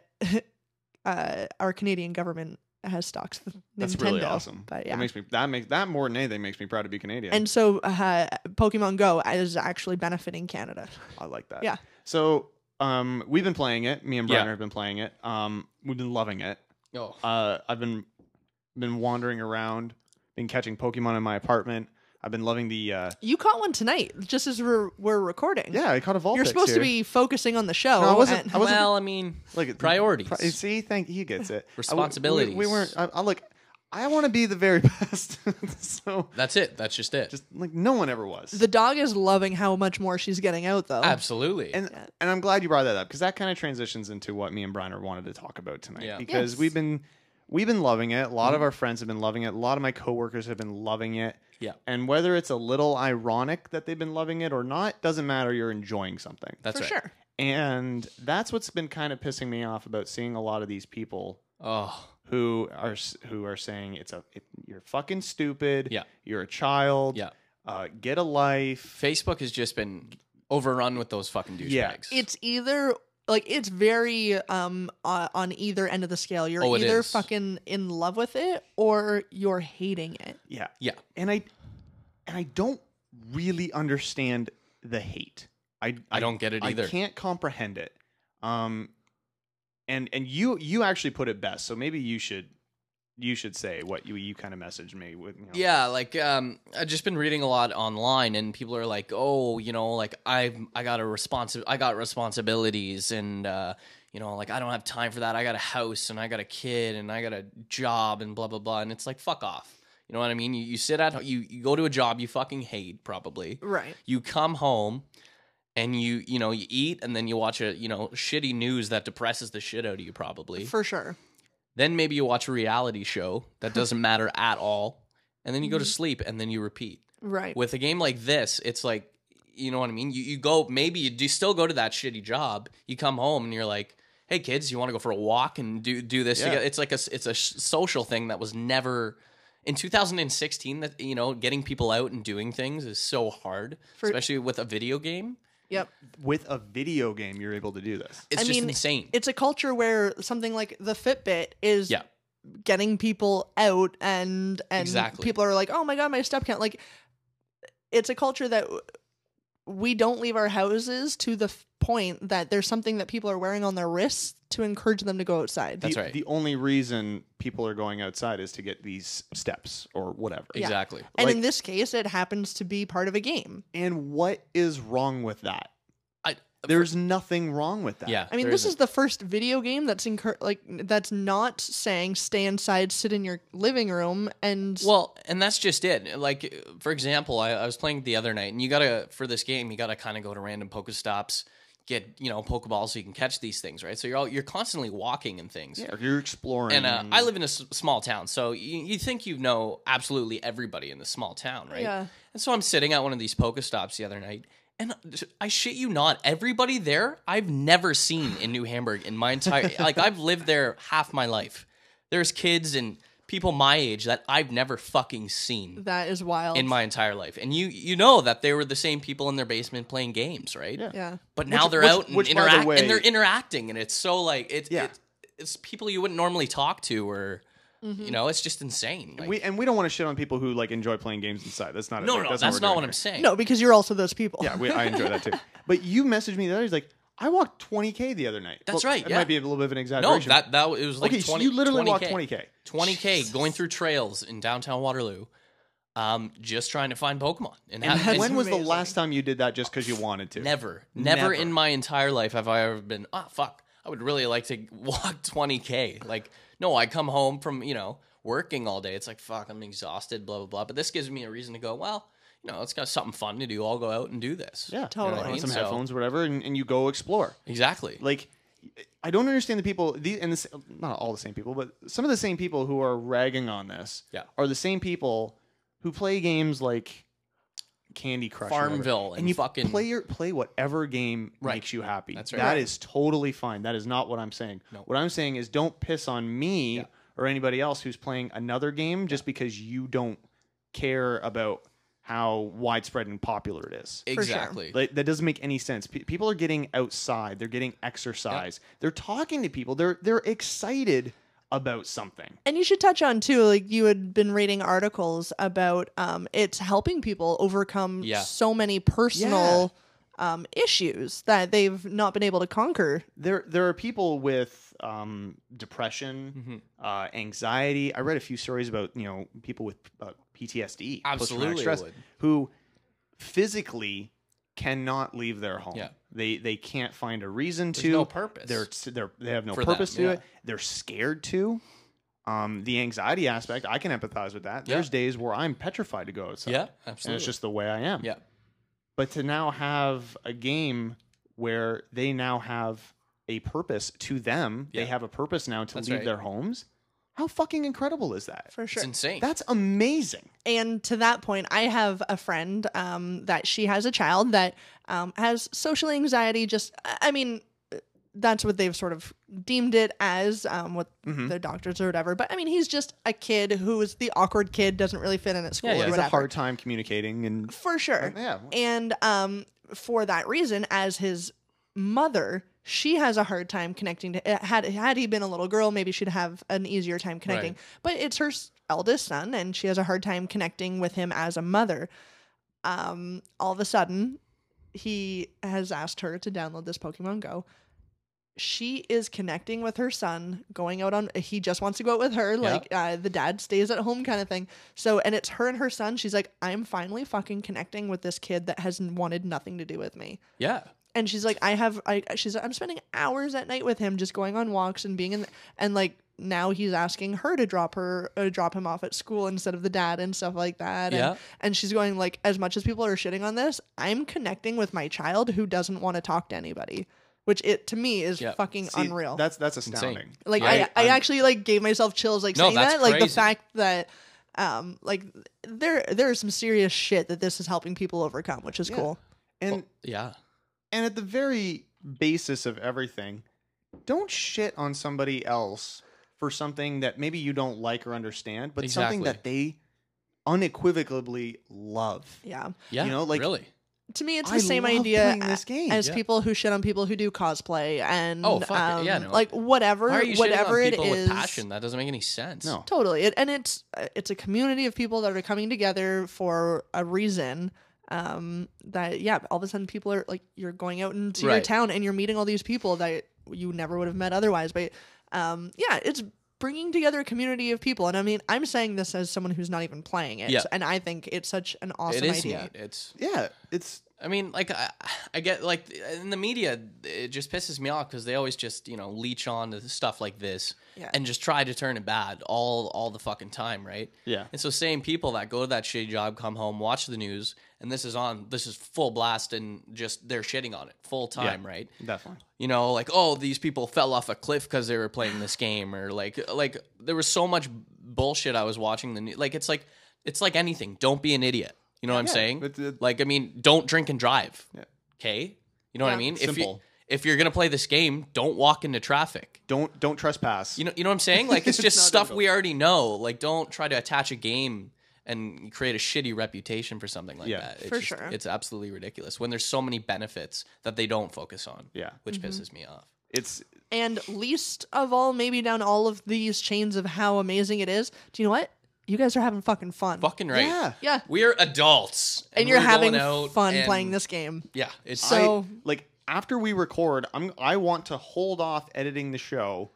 [laughs] uh, our canadian government has stocks with
that's
nintendo
really awesome.
but
that
yeah
makes me that makes that more than anything makes me proud to be Canadian.
and so uh, pokemon go is actually benefiting canada
I like that.
Yeah.
So um, we've been playing it. Me and Brenner
Yeah.
have been playing it. Um, we've been loving it.
Oh.
Uh, I've been been wandering around Been catching Pokemon in my apartment. I've been loving the. Uh,
You caught one tonight, just as we're we're recording.
yeah, I caught a Vulpix.
You're supposed to
here.
be focusing on the show.
No, I wasn't-
and-
I wasn't-
Oh, well, I mean,
Look at
priorities.
Pri- see, thank he gets it. I- we-
Responsibilities.
We, weren't. I, I look. I want to be the very [laughs] best. so
That's it. That's just it.
just like no one ever was.
the dog is loving how much more she's getting out, though.
Absolutely.
and and I'm glad you brought that up because that kind of transitions into what me and Brian are wanted to talk about tonight
Yeah. Mm-hmm.
because
Yes.
we've been we've been loving it. A lot of our friends have been loving it. A lot of my coworkers have been loving it.
Yeah.
And whether it's a little ironic that they've been loving it or not doesn't matter. You're enjoying something.
That's
for
right.
sure.
and that's what's been kind of pissing me off about seeing a lot of these people
Oh,
who are s- who are saying it's a it, you're fucking stupid.
Yeah.
You're a child.
yeah.
Uh, get a life.
Facebook has just been overrun with those fucking douchebags.
Yeah.
It's either like it's very um uh, on either end of the scale. You're
Oh, it
either
is.
fucking in love with it or you're hating it.
Yeah.
yeah.
And I and I don't really understand the hate. I
I don't get it either.
I can't comprehend it. Um and and you you actually put it best. So maybe you should you should say what you you kind of messaged me with. You know.
Yeah, like um, I've just been reading a lot online, and people are like, "Oh, you know, like I I got a responsi- I got responsibilities, and uh, you know, like I don't have time for that. I got a house, and I got a kid, and I got a job, and blah blah blah." And it's like, fuck off. You know what I mean? You, you sit at you you go to a job you fucking hate probably.
Right.
You come home, and you you know you eat, and then you watch a you know shitty news that depresses the shit out of you probably.
For sure.
Then maybe you watch a reality show
[laughs]
that doesn't matter at all. And then you go to sleep and then you repeat.
Mm-hmm. Right.
With a game like this, it's like, you know what I mean? You, you go, maybe you do still go to that shitty job. You come home and you're like, hey, kids, you want to go for a walk and do, do this?
Yeah.
together? It's like a, s- it's a sh- social thing that was never. In 2016, that you know, getting people out and doing things is so hard,
For-
especially with a video game.
yep.
With a video game you're able to do this.
It's
I
just
mean,
insane.
It's a culture where something like the Fitbit is
yeah,
getting people out and and
Exactly.
people are like, "Oh my god, my step count." Like it's a culture that w- we don't leave our houses to the f- point that there's something that people are wearing on their wrists to encourage them to go outside.
That's
the,
right.
The only reason people are going outside is to get these steps or whatever.
exactly.
and
like-
in this case, it happens to be part of a game.
And what is wrong with that?
I,
There's nothing wrong with that.
yeah.
I mean,
there
this
isn't.
is the first video game that's incur- like that's not saying stay inside, sit in your living room, and
Well, and that's just it. Like, for example, I, I was playing the other night, and you gotta for this game, you gotta kind of go to random Pokestops, get you know Pokeballs so you can catch these things, right? So you're all, you're constantly walking and things.
Or You're exploring.
And uh, I live in a s- small town, so you, you think you know absolutely everybody in this small town, right?
Yeah.
And so I'm sitting at one of these Pokestops the other night, and I shit you not, everybody there I've never seen in New Hamburg in my entire [laughs] like I've lived there half my life. There's kids and people my age that I've never fucking seen
that is wild.
in my entire life. And you you know that they were the same people in their basement playing games, right?
yeah,
But now they're
which-
out and
which, by the
interact
way-
and they're interacting and it's so like it's
Yeah.
it, it's people you wouldn't normally talk to or
Mm-hmm.
Mm-hmm.
you know, it's just insane. Like,
we and we don't want to shit on people who like enjoy playing games inside. That's not
no,
like,
no, that's,
we're doing
not what
here.
I'm saying.
no, because you're also those people.
Yeah, we, I enjoy
[laughs]
that too. But you messaged me the other day. he's like, I walked 20k the other night.
That's right,
It
yeah.
might be a little bit of an
no,
exaggeration.
that that was- it was like
okay,
20,
so you literally
20K.
walked 20k.
20k going through trails in downtown Waterloo. Um, just trying to find Pokemon and, have-
that's-
and-
when was the
amazing.
last time you did that just because you wanted to?
Never, never,
Never.
in my entire life have I ever been. Ah, fuck. I would really like to [laughs] walk 20k. Like, no, I come home from you know working all day. It's like fuck, I'm exhausted. Blah blah blah. But this gives me a reason to go. Well, you know, it's got something fun to do. I'll go out and do this.
Yeah,
Totally.
You know, on some
So-
headphones, or whatever, and, and you go explore.
exactly.
Like, I don't understand the people. These and this, not all the same people, but some of the same people who are ragging on this
Yeah.
are the same people who play games like Candy Crush, or whatever.
Farmville and
you
fucking-
play your, play whatever game
Right.
makes you happy.
That's right.
That
Right.
is totally fine. That is not what I'm saying. What I'm saying is don't piss on me or anybody else who's playing another game just because you don't care about how widespread and popular it is.
sure.
exactly.
Like, that doesn't make any sense. Pe- people are getting outside. They're getting exercise. They're talking to people. They're they're excited about something.
And you should touch on too, like you had been reading articles about um, it's helping people overcome
Yeah.
so many personal um, issues that they've not been able to conquer.
there there are people with um,
Mm-hmm.
depression, uh, anxiety. I read a few stories about you know people with uh, PTSD, post-traumatic
Absolutely
stress,
would.
who physically cannot leave their home.
Yeah.
They they can't find a reason to.
no purpose
They're they're they have no
for them,
purpose to it. They're scared to. Um, the anxiety aspect, I can empathize with that.
Yeah.
There's days where I'm petrified to go outside.
Yeah,
And
absolutely.
it's just the way I am
yeah.
but to now have a game where they now have a purpose to them
Yeah.
they have a purpose now to
That's
leave
right.
their homes how fucking incredible is that
For sure.
It's insane.
that's amazing
and to that point, I have a friend um, that she has a child that um, has social anxiety. Just, I I mean, that's what they've sort of deemed it as um, with the doctors or whatever. But I mean, he's just a kid who is the awkward kid, doesn't really fit in at school
yeah,
or
he's a
it's a
whatever.
hard time communicating and
For sure.
yeah.
And um, for that reason, as his mother, she has a hard time connecting to. uh, Had had he been a little girl, maybe she'd have an easier time connecting.
Right.
But it's her s- eldest son, and she has a hard time connecting with him as a mother. Um, all of a sudden, he has asked her to download this Pokemon Go. She is connecting with her son, going out on. He just wants to go out with her, like uh, the dad stays at home kind of thing. So, and it's her and her son. She's like, I'm finally fucking connecting with this kid that has wanted nothing to do with me.
yeah.
And she's like, I have, I. She's, like, I'm spending hours at night with him, just going on walks and being in, the, and like now he's asking her to drop her, uh, drop him off at school instead of the dad and stuff like that.
Yeah.
And, and she's going like, as much as people are shitting on this, I'm connecting with my child who doesn't want to talk to anybody, which it to me is
Yeah.
fucking
See,
unreal.
that's that's astounding
Like I,
I-
I,
I'm-
actually like gave myself chills like
No,
saying
that's
that. Like the
crazy.
fact that um like there there is some serious shit that this is helping people overcome, which is
Yeah.
cool.
and
Yeah.
and at the very basis of everything don't shit on somebody else for something that maybe you don't like or understand but something
Exactly.
that they unequivocally love
Yeah.
Yeah.
You know, like-
really.
To me it's the
I
same
love
idea
playing this
a-
game.
as
Yeah.
people who shit on people who do cosplay and
Oh, fuck it.
um,
Yeah, no.
like whatever
Why are you shitting
whatever
on
it
people
is.
with passion? That doesn't make any sense.
No.
Totally. It, and it's uh, it's a community of people that are coming together for a reason. Um, that yeah, all of a sudden people are like you're going out into your
Right.
town and you're meeting all these people that you never would have met otherwise. But um, yeah, it's bringing together a community of people. And I mean, I'm saying this as someone who's not even playing it,
Yeah.
and I think it's such an
It
awesome
is
idea.
neat. It's
yeah it's
I mean, like I, I get like in the media, it just pisses me off because they always just you know leech on to stuff like this
Yeah.
and just try to turn it bad all all the fucking time, right?
Yeah.
And so, same people that go to that shitty job, come home, watch the news, and this is on, this is full blast, and just they're shitting on it full time, right?
definitely
you know like oh these people fell off a cliff because they were playing this game or like like there was so much bullshit i was watching the new like it's like it's like anything don't be an idiot you know what i'm saying
but the-
like i mean don't drink and drive
Yeah.
okay you know what i mean if you
Simple.
if you're gonna play this game don't walk into traffic
don't don't trespass
you know you know what i'm saying
[laughs]
like it's just stuff we already know like don't try to attach a game and create a shitty reputation for something like
Yeah.
that it's
For
just-
sure.
it's absolutely ridiculous when there's so many benefits that they don't focus on
Yeah.
which
Mm-hmm.
pisses me off
it's
And least of all, maybe down all of these chains of how amazing it is. Do you know what? You guys are having fucking fun.
Fucking right.
Yeah.
Yeah.
We're adults.
and, you're
we're
having
going out
fun
and-
playing this game.
Yeah. It's
I-
So-
like after we record, I'm I want to hold off editing the show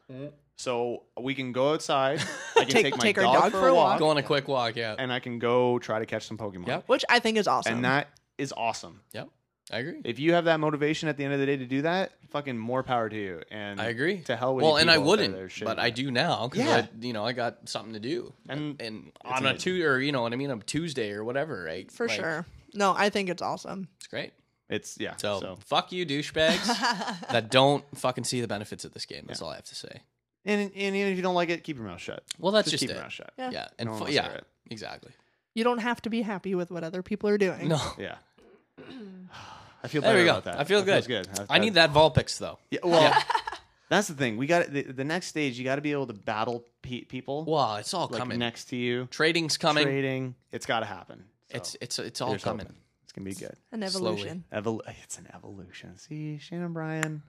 so we can go outside. I can take,
Take-
my
take our
dog, for a walk,
go on a quick walk. Yeah.
and I can go try to catch some Pokemon.
Yep.
which I think is awesome.
And that is awesome.
yep. I agree.
If you have that motivation at the end of the day to do that, fucking more power to you. And
I agree.
To hell with
Well,
you
and I
people out there
wouldn't,
that are shitting
but
on
I
it.
do now because
Yeah.
you know I got something to do.
And
and
it's
on a
amazing.
two or you know what I mean, a Tuesday or whatever, right?
For
Like,
sure. No, I think it's awesome.
It's great.
It's yeah.
So,
So,
fuck
[laughs]
you, douchebags that don't fucking see the benefits of this game. That's all I have to say.
and and even if you don't like it, keep your mouth shut.
Well, that's just
keep
it.
your mouth shut.
Yeah.
Yeah.
And
No one
fu-
wants to hear
yeah.
it.
Exactly.
You don't have to be happy with what other people are doing.
No.
Yeah.
uh, [clears throat]
I feel
There
better
we go.
about that.
I feel
That
good.
feels
I need that Vulpix though.
Yeah, well, [laughs] that's the thing. We got the, the next stage. You got to be able to battle pe- people
Wow, it's all
like
coming.
next to you,
Trading's coming.
trading. It's got to happen. So,
It's it's it's all
there's
coming.
hope. It's gonna be good.
An
Slowly.
evolution.
Evol- it's an evolution. See, Shannon Bryan,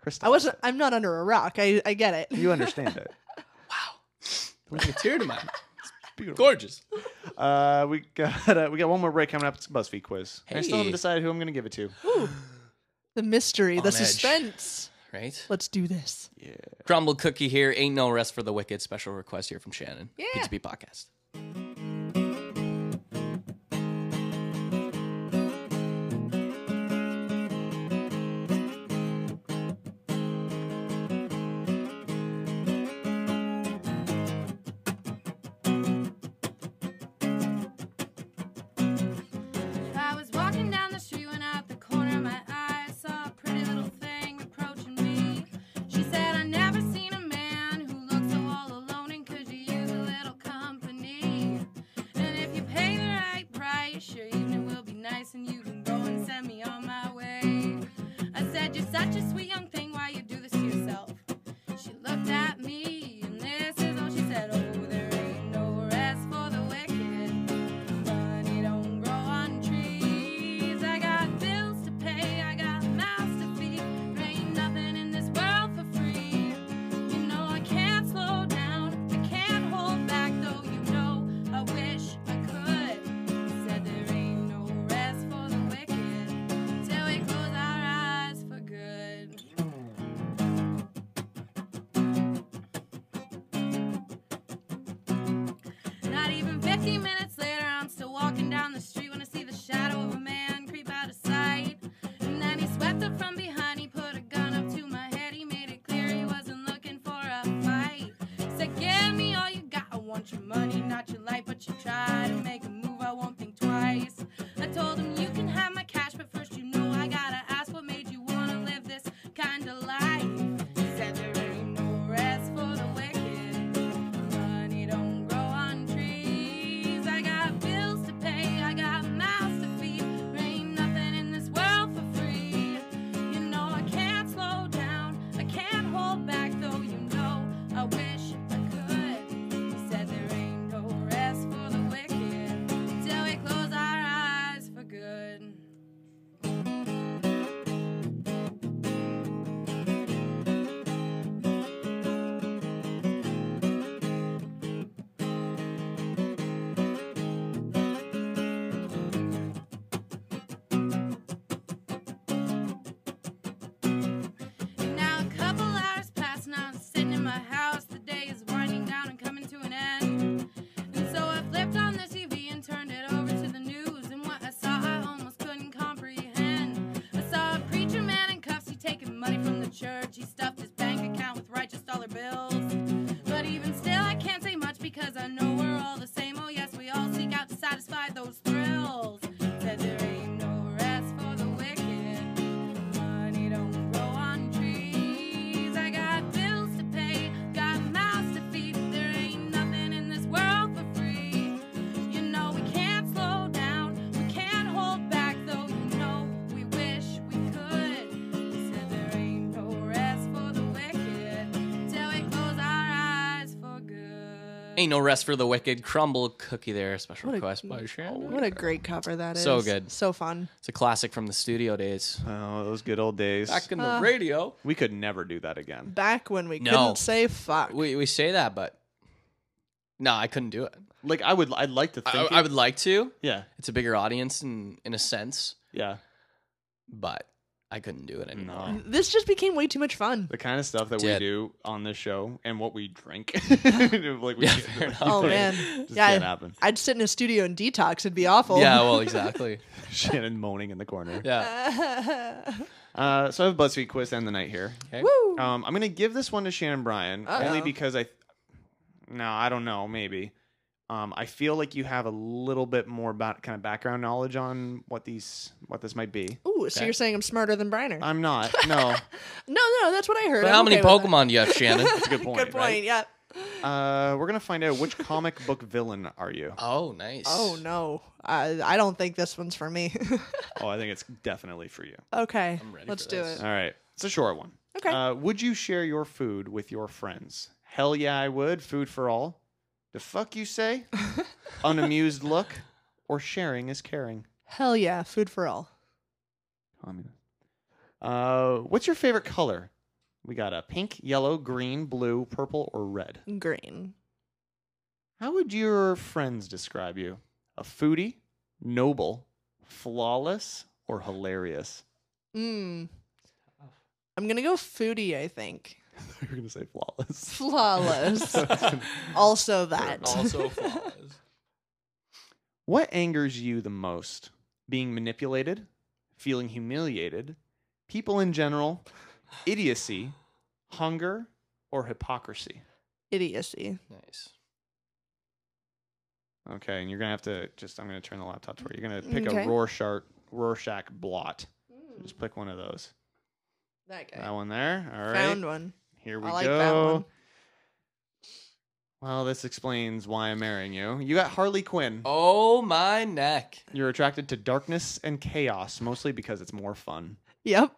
Crystal.
I wasn't I'm not under a rock. I, I get it. [laughs]
You understand it.
[laughs]
[laughs]
Wow. Bring a tear to my
Beautiful.
gorgeous.
Uh, we got uh, we got one more break coming up. It's a BuzzFeed quiz. And I still haven't
Hey.
decided who I'm going to give it to.
The mystery, the
On edge.
suspense.
right?
Let's do this.
Crumble cookie here. Ain't no rest for the wicked. Special request here from Shannon.
Yeah.
P2P podcast.
I was walking down the street when out the corner of my eye I saw a pretty little thing approaching me. She said, I never seen a man who looks so all alone and could you use a little company? And if you pay the right price, your evening will be nice and you can go and send me on my way. I said, You're such a sweet young thing, why you do this to yourself? She looked at me and this is all she said. Oh, there ain't no rest for the wicked. Money don't grow on trees. I got bills to pay, I got mouths to feed. There ain't nothing in this world for free. You know I can't slow down, I can't hold back, though you know I wish I could. Said there ain't no rest for the wicked till we close our eyes for good. Not even 15 minutes later, I'm still walking down the street when I see the shadow of a man creep out of sight. And then he swept up from behind, he put a gun up to my head, he made it clear he wasn't looking for a fight. He said, Give me all you got, I want your money, not your life, but you try to make a move, I won't think twice. I told him, You can have my cash, but first you know I gotta ask what made you wanna live this kind of life. He said, There ain't no rest for the wicked. Money don't grow on trees. I got bills to pay, I got mouths to feed. There ain't nothing in this world for free. You know I can't slow down, I can't hold back, though you know I wish I could. He said there ain't no rest for the wicked till we close our eyes for good. Now a couple hours pass and I'm sitting in my house. The day is winding down and coming to an end. And so I flipped on the TV and turned it over to the news. And what I saw I almost couldn't comprehend. I saw a preacher man in cuffs, he taking money from the church. He stuffed his bank account with righteous dollar bills. But even still, I can't say much because I know we're all the same. Oh, yes, we all seek out to satisfy those thrills. Said there ain't no rest for the wicked. Money don't grow on trees. I got bills to pay, got mouths to feed. There ain't nothing in this world for free. You know we can't slow down, we can't hold back, though you know we wish we could. Said there ain't no rest for the wicked till we close our eyes for good.
Ain't no rest for the wicked. Crumble cookie there. Special
What a-
request by Shannon.
What a great cover that is.
So good.
So fun.
It's a classic from the studio days.
Oh, those good old days.
Back in the radio.
we could never do that again.
Back when Uh, we
No.
couldn't say fuck.
We, we say that, but no, I couldn't do it.
Like I would, I'd like to think.
I,
it-
I would like to.
yeah,
It's a bigger audience in, in a sense,
yeah.
but I couldn't do it anymore.
No,
this just became way too much
[laughs]
fun.
the kind of stuff that we
Did.
do on this show and what we
[laughs]
drink. [laughs] like we,
Yeah,
[laughs]
fair enough.
Oh man.
just
yeah.
can't happen.
I'd sit in a studio and detox. It'd be awful. [laughs]
Yeah, well, exactly.
Shannon moaning in the corner.
Yeah.
Uh, so I have a BuzzFeed quiz to end the night here.
Okay.
Woo.
Um, I'm gonna give this one to Shannon Bryan only because I. No, I don't know. Maybe. Um, I feel like you have a little bit more about kind of background knowledge on what these what this might be.
Ooh, so you're saying I'm smarter than Briner? [laughs]
I'm not. No,
no, no, that's what I heard.
Uh, But
I'm
how many
okay with that.
Pokemon do you
[laughs]
have, Shannon?
that's a good point.
Good point.
right?
Yeah.
Uh, we're gonna find out which comic book villain are you.
Oh, nice.
Oh no, I I don't think this one's for me. [laughs]
Oh, I think it's definitely for you.
okay,
ready
let's
for
do
this.
it.
All right, it's a short one.
Okay.
Uh, would you share your food with your friends? Hell yeah, I would. Food for all. The fuck
[laughs]
you say? Unamused look or sharing is caring.
Hell yeah, food for all.
Communist. Uh, what's your favorite color? We got a pink, yellow, green, blue, purple, or red.
Green.
How would your friends describe you? A foodie, noble, flawless, or hilarious? [laughs]
Mm. I'm gonna go foodie. I think [laughs]
You're gonna say flawless.
[laughs]
flawless.
[laughs]
also that.
Also flawless.
What angers you the most? Being manipulated, feeling humiliated, people in general, idiocy, hunger, or hypocrisy?
[laughs] idiocy.
Nice.
Okay, and you're gonna have to just. I'm gonna turn the laptop toward you. You're gonna pick
Okay. Mm.
a Rorschach Rorschach blot. So just pick one of those.
That guy
That one there. All right.
found one.
Here we
I like
go.
that one.
Well, this explains why I'm marrying you. You got Harley Quinn.
Oh my neck.
You're attracted to darkness and chaos, mostly because it's more fun.
Yep,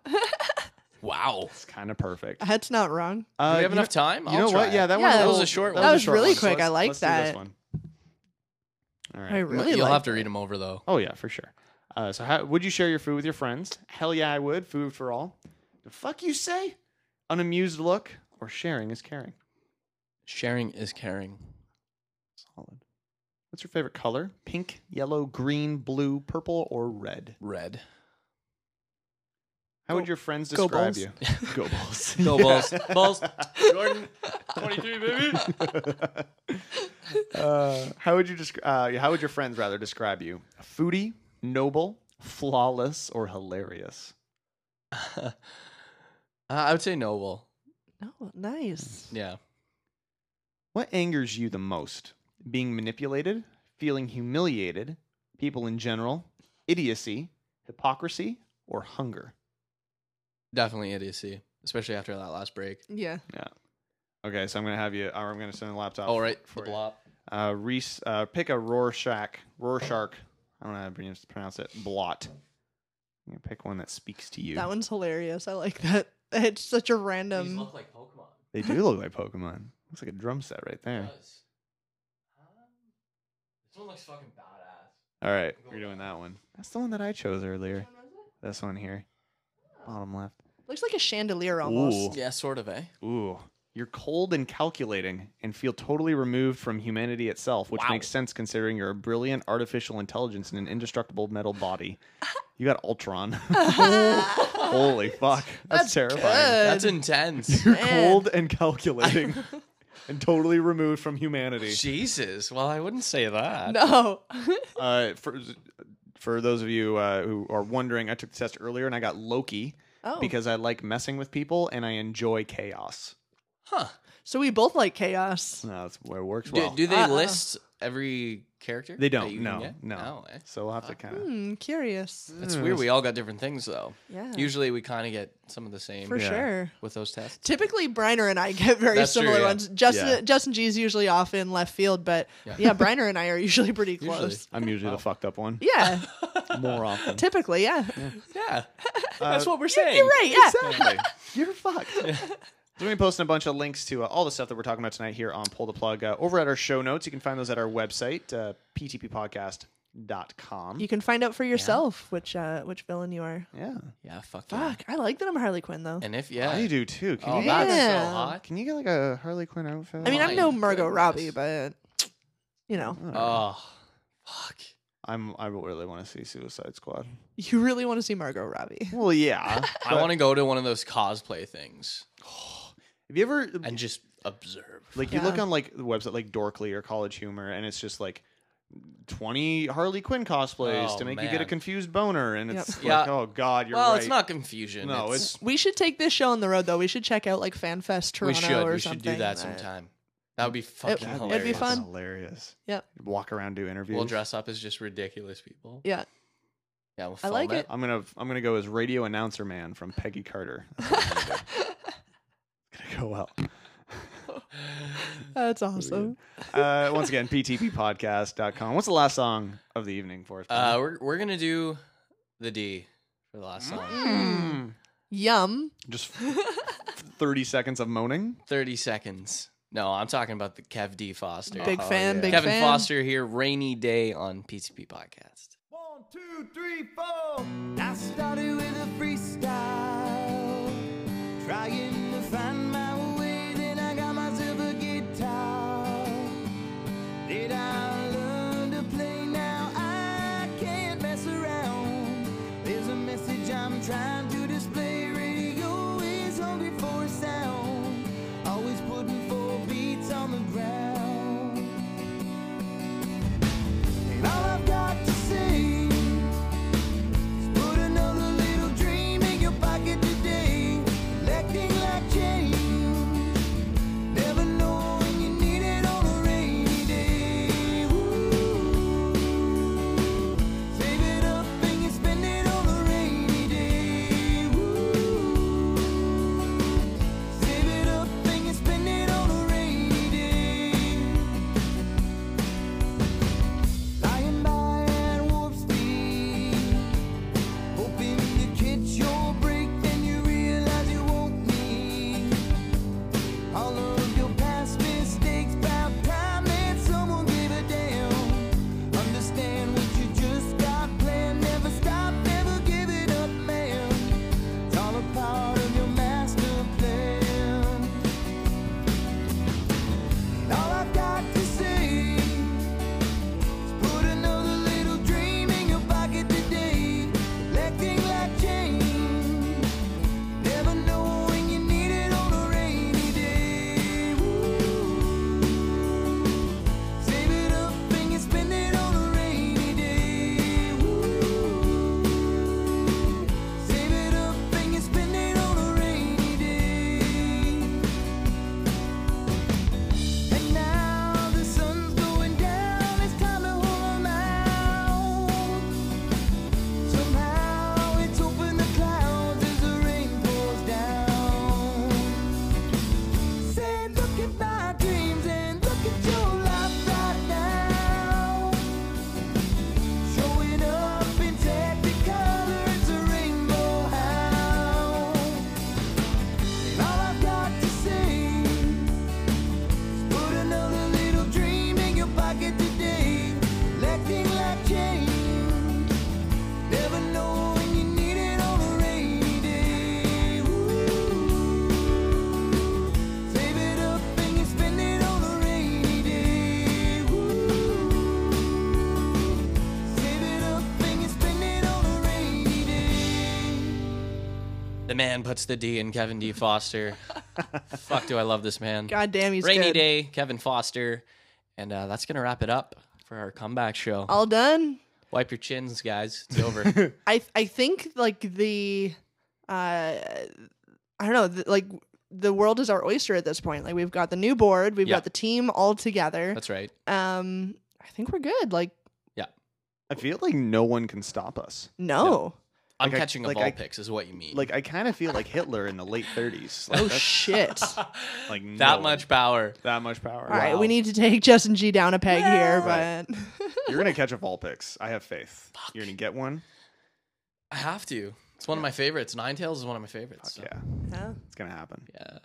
Wow.
It's kind of perfect.
that's not wrong.
Uh,
Do we have
you
enough
know-
time?
You
I'll
know
try
what?
it.
Yeah, that
Yeah,
one.
that
was a short
that
one.
was
short
really
one. So
quick.
let's-
I like
let's do
that.
this one. All right.
I really
You'll
like
have to read them over though.
Oh yeah, for sure. Uh, so how, would you share your food with your friends? Hell yeah, I would. Food for all. The fuck you say? Unamused look or sharing is caring.
Sharing is caring.
Solid. What's your favorite color? Pink, yellow, green, blue, purple, or red?
Red.
How would your friends describe
[laughs]
you? Go balls.
Go balls.
[laughs]
Balls. Jordan. 23, baby.
[laughs] Uh, how would you describe? Uh, how would your friends rather describe you? Foodie, noble, flawless, or hilarious?
Uh, [laughs] I would say noble.
Oh, nice.
Yeah.
What angers you the most? Being manipulated, feeling humiliated, people in general, idiocy, hypocrisy, or hunger?
Definitely idiocy. Especially after that last break.
Yeah.
Okay, so I'm gonna have you. Or I'm gonna send the laptop.
All right.
for
the
you.
blop.
Uh, Reese, uh, pick a Rorschach, Rorschach. I don't know how to pronounce it. Blot. You can pick one that speaks to you.
That one's hilarious. I like that. [laughs] It's such a
These
random.
look like Pokemon.
They do look like Pokemon. Looks like a drum set right there.
Does. Um, This one looks fucking badass.
All right, you're doing that one. That's the one that I chose earlier. This one here, bottom left.
Looks like a chandelier almost.
Yeah, sort of, eh?
Ooh. You're cold and calculating and feel totally removed from humanity itself, which makes sense considering you're a brilliant artificial intelligence in an indestructible metal body. You got Ultron. [laughs] Holy fuck. That's, terrifying.
[laughs]
That's intense.
You're cold and calculating and totally removed from humanity.
Jesus. Well, I wouldn't say that.
No. [laughs]
Uh, for, for those of you uh, who are wondering, I took the test earlier and I got Loki
Oh.
because I like messing with people and I enjoy chaos.
so we both like chaos.
No, that's where it works
Do,
well.
do they
Uh-uh.
list every character?
They
that
don't.
you can
no,
get?
no.
eh?
So we'll have to Hmm. kind of.
Hmm. Curious.
It's weird. We all got different things, though.
Yeah.
Usually we kind of get some of the same
For sure.
with those tests.
Typically, Briner and I get very
That's true,
similar
yeah.
ones. Justin,
Yeah.
Justin G is usually off in left field, but yeah, Briner and I are usually pretty
[laughs] Usually.
close.
I'm usually
Oh.
the fucked up one
[laughs]
Yeah,
more often.
typically, yeah.
Yeah. [laughs] That's what we're saying.
You're right. Uh, Yeah. [laughs]
Exactly. You're fucked. [laughs] So we're posting a bunch of links to uh, all the stuff that we're talking about tonight here on Pull the Plug. Uh, over at our show notes, you can find those at our website, uh, ptppodcast.com.
You can find out for yourself which uh, which villain you are.
yeah.
Yeah, fuck, yeah.
Fuck, I like that I'm Harley Quinn though.
And if, yeah.
I do too. Can,
Oh,
you,
that's so
Yeah.
hot.
can you get like a Harley Quinn outfit?
I mean, I'm no
my
Margot
goodness.
Robbie, but you know,
Oh, fuck.
I'm, I really want to see Suicide Squad.
you really want to see Margot Robbie.
[laughs] Well, yeah.
I want to go to one of those cosplay things
[sighs] Have you ever um,
and just observe.
Like you look on like the website like Dorkly or College Humor, and it's just like twenty Harley Quinn cosplays
Oh,
to make you get a
man.
confused boner, and
Yep.
it's like,
Yeah.
oh god, you're
well,
right.
it's not confusion.
No,
it's,
it's
We should take this show on the road though. We should check out like FanFest Toronto
we should
or
we should
something.
do that sometime. That would be fucking
That'd be
hilarious.
It'd be fun.
hilarious.
Yep.
Walk around, do interviews.
We'll dress up as just ridiculous people.
Yeah.
Yeah, we'll
I
film
like
it.
it.
I'm gonna I'm gonna go as radio announcer man from
[laughs]
Peggy Carter. That's what I'm gonna do. It's gonna go well.
That's awesome.
Uh, once again, ptppodcast.com. What's the last song of the evening for us?
Uh, we're we're gonna do the D for the
Hmm.
last song. Mm.
Yum.
Just thirty seconds of moaning.
Thirty seconds. No, I'm talking about the Kev D Foster.
Big
Oh,
fan. Big
Kevin
fan.
Foster here. Rainy day on PTP podcast.
One, two, three, four. I started with a freestyle, trying to find my way. Then I got myself a guitar. They
man puts the D in Kevin
[laughs]
D. Foster. Fuck, do I love this man.
God damn, he's
Rainy
good.
Day, Kevin Foster. And uh, that's going to wrap it up for our comeback show.
All done.
Wipe your chins, guys.
[laughs]
It's over.
I I think like the uh I don't know th- like the world is our oyster at this point. Like we've got the new board, we've
Yeah.
got the team all together.
that's right.
um I think we're good. Like
I feel like no one can stop us.
no.
I'm
Like I-
catching a
like
ball
I-
picks, is what you mean.
Like I kind of feel like Hitler in the late
[laughs]
30s. Like,
Oh
that's,
shit.
[laughs] like no
that
one-
much power.
That much power.
All right, we need to take [laughs] Justin G down a peg here, but
[laughs]
[laughs]
You're gonna catch a Vulpix. I have faith. You're gonna get one.
I have to. It's one of my favorites. Ninetales is one of my favorites. so,
Yeah,
Yeah.
it's gonna happen.
yeah.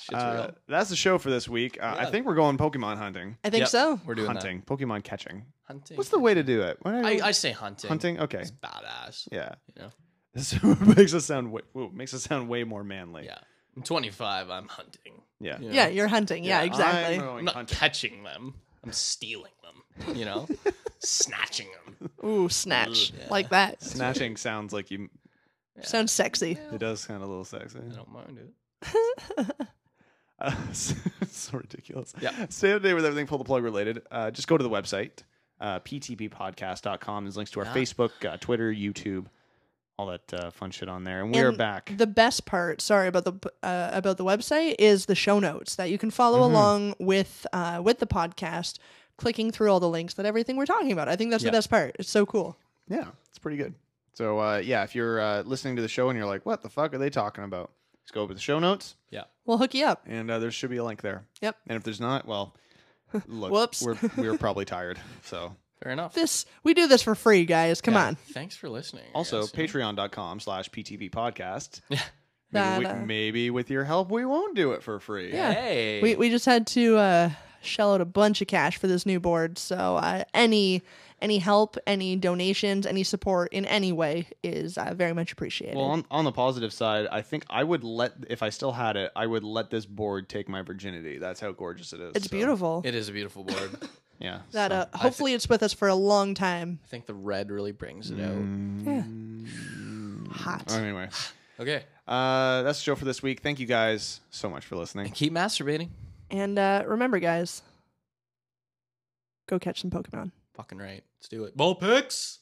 Shit's
Uh,
real.
that's the show for this week. Uh, I
Yeah.
think we're going Pokemon hunting.
I think
Yep,
so.
We're doing
hunting, Pokemon catching.
that. Hunting.
What's the way to do it? What are
I,
you-
I say hunting.
hunting. Okay.
It's badass.
Yeah.
You know?
[laughs] This makes us sound way, whoa, makes us sound way more manly.
Yeah. I'm 25. I'm hunting.
Yeah.
you know?
Yeah, you're hunting. Yeah,
Yeah,
exactly.
I'm going
I'm not
hunting.
catching them. I'm stealing them. You [laughs] know, snatching them.
Ooh, snatch
Ugh, yeah.
like that.
Snatching sounds like you.
Sounds sexy.
It does sound a little sexy.
I don't mind it.
[laughs]
Uh, [laughs] so, so ridiculous.
Yeah.
Stay up to date with everything pull the plug related. Uh, just go to the website, uh, ptppodcast.com. There's links to our
Yeah.
Facebook, uh, Twitter, YouTube, all that uh, fun shit on there. And we are
And
back.
The best part, sorry about the uh, about the website, is the show notes that you can follow
Mm-hmm.
along with uh, with the podcast, clicking through all the links that everything we're talking about. I think that's
Yeah.
the best part. It's so cool.
yeah, it's pretty good. So, uh, yeah, if you're uh, listening to the show and you're like, what the fuck are they talking about? Just go over to the show notes,
Yeah.
We'll hook you up.
and uh, there should be a link there.
Yep.
And if there's
[laughs]
not, well, look,
Whoops.
We're,
[laughs]
we're probably tired. So,
Fair enough.
This we do this for free, guys. Come
Yeah.
on.
Thanks for listening. I
also,
guess, you know?
patreon.com slash PTV
[laughs]
podcast.
That,
Maybe,
uh,
we, maybe with your help, we won't do it for free.
Yeah.
Hey.
We we just had to uh, shell out a bunch of cash for this new board. So uh, any any help, any donations, any support in any way is uh, very much appreciated.
Well, on, on the positive side, I think I would let if I still had it, I would let this board take my virginity. That's how gorgeous it is.
it's
so,
beautiful.
it is a beautiful board.
[laughs] Yeah.
that
so.
uh, hopefully it's with us for a long time.
I think the red really brings it out.
Mm.
Yeah. Hot.
Anyway,
Okay.
uh, that's the show for this week. Thank you guys so much for listening.
And keep masturbating.
And uh, remember, guys, go catch some Pokemon.
Fucking right. Let's do it. Ball picks.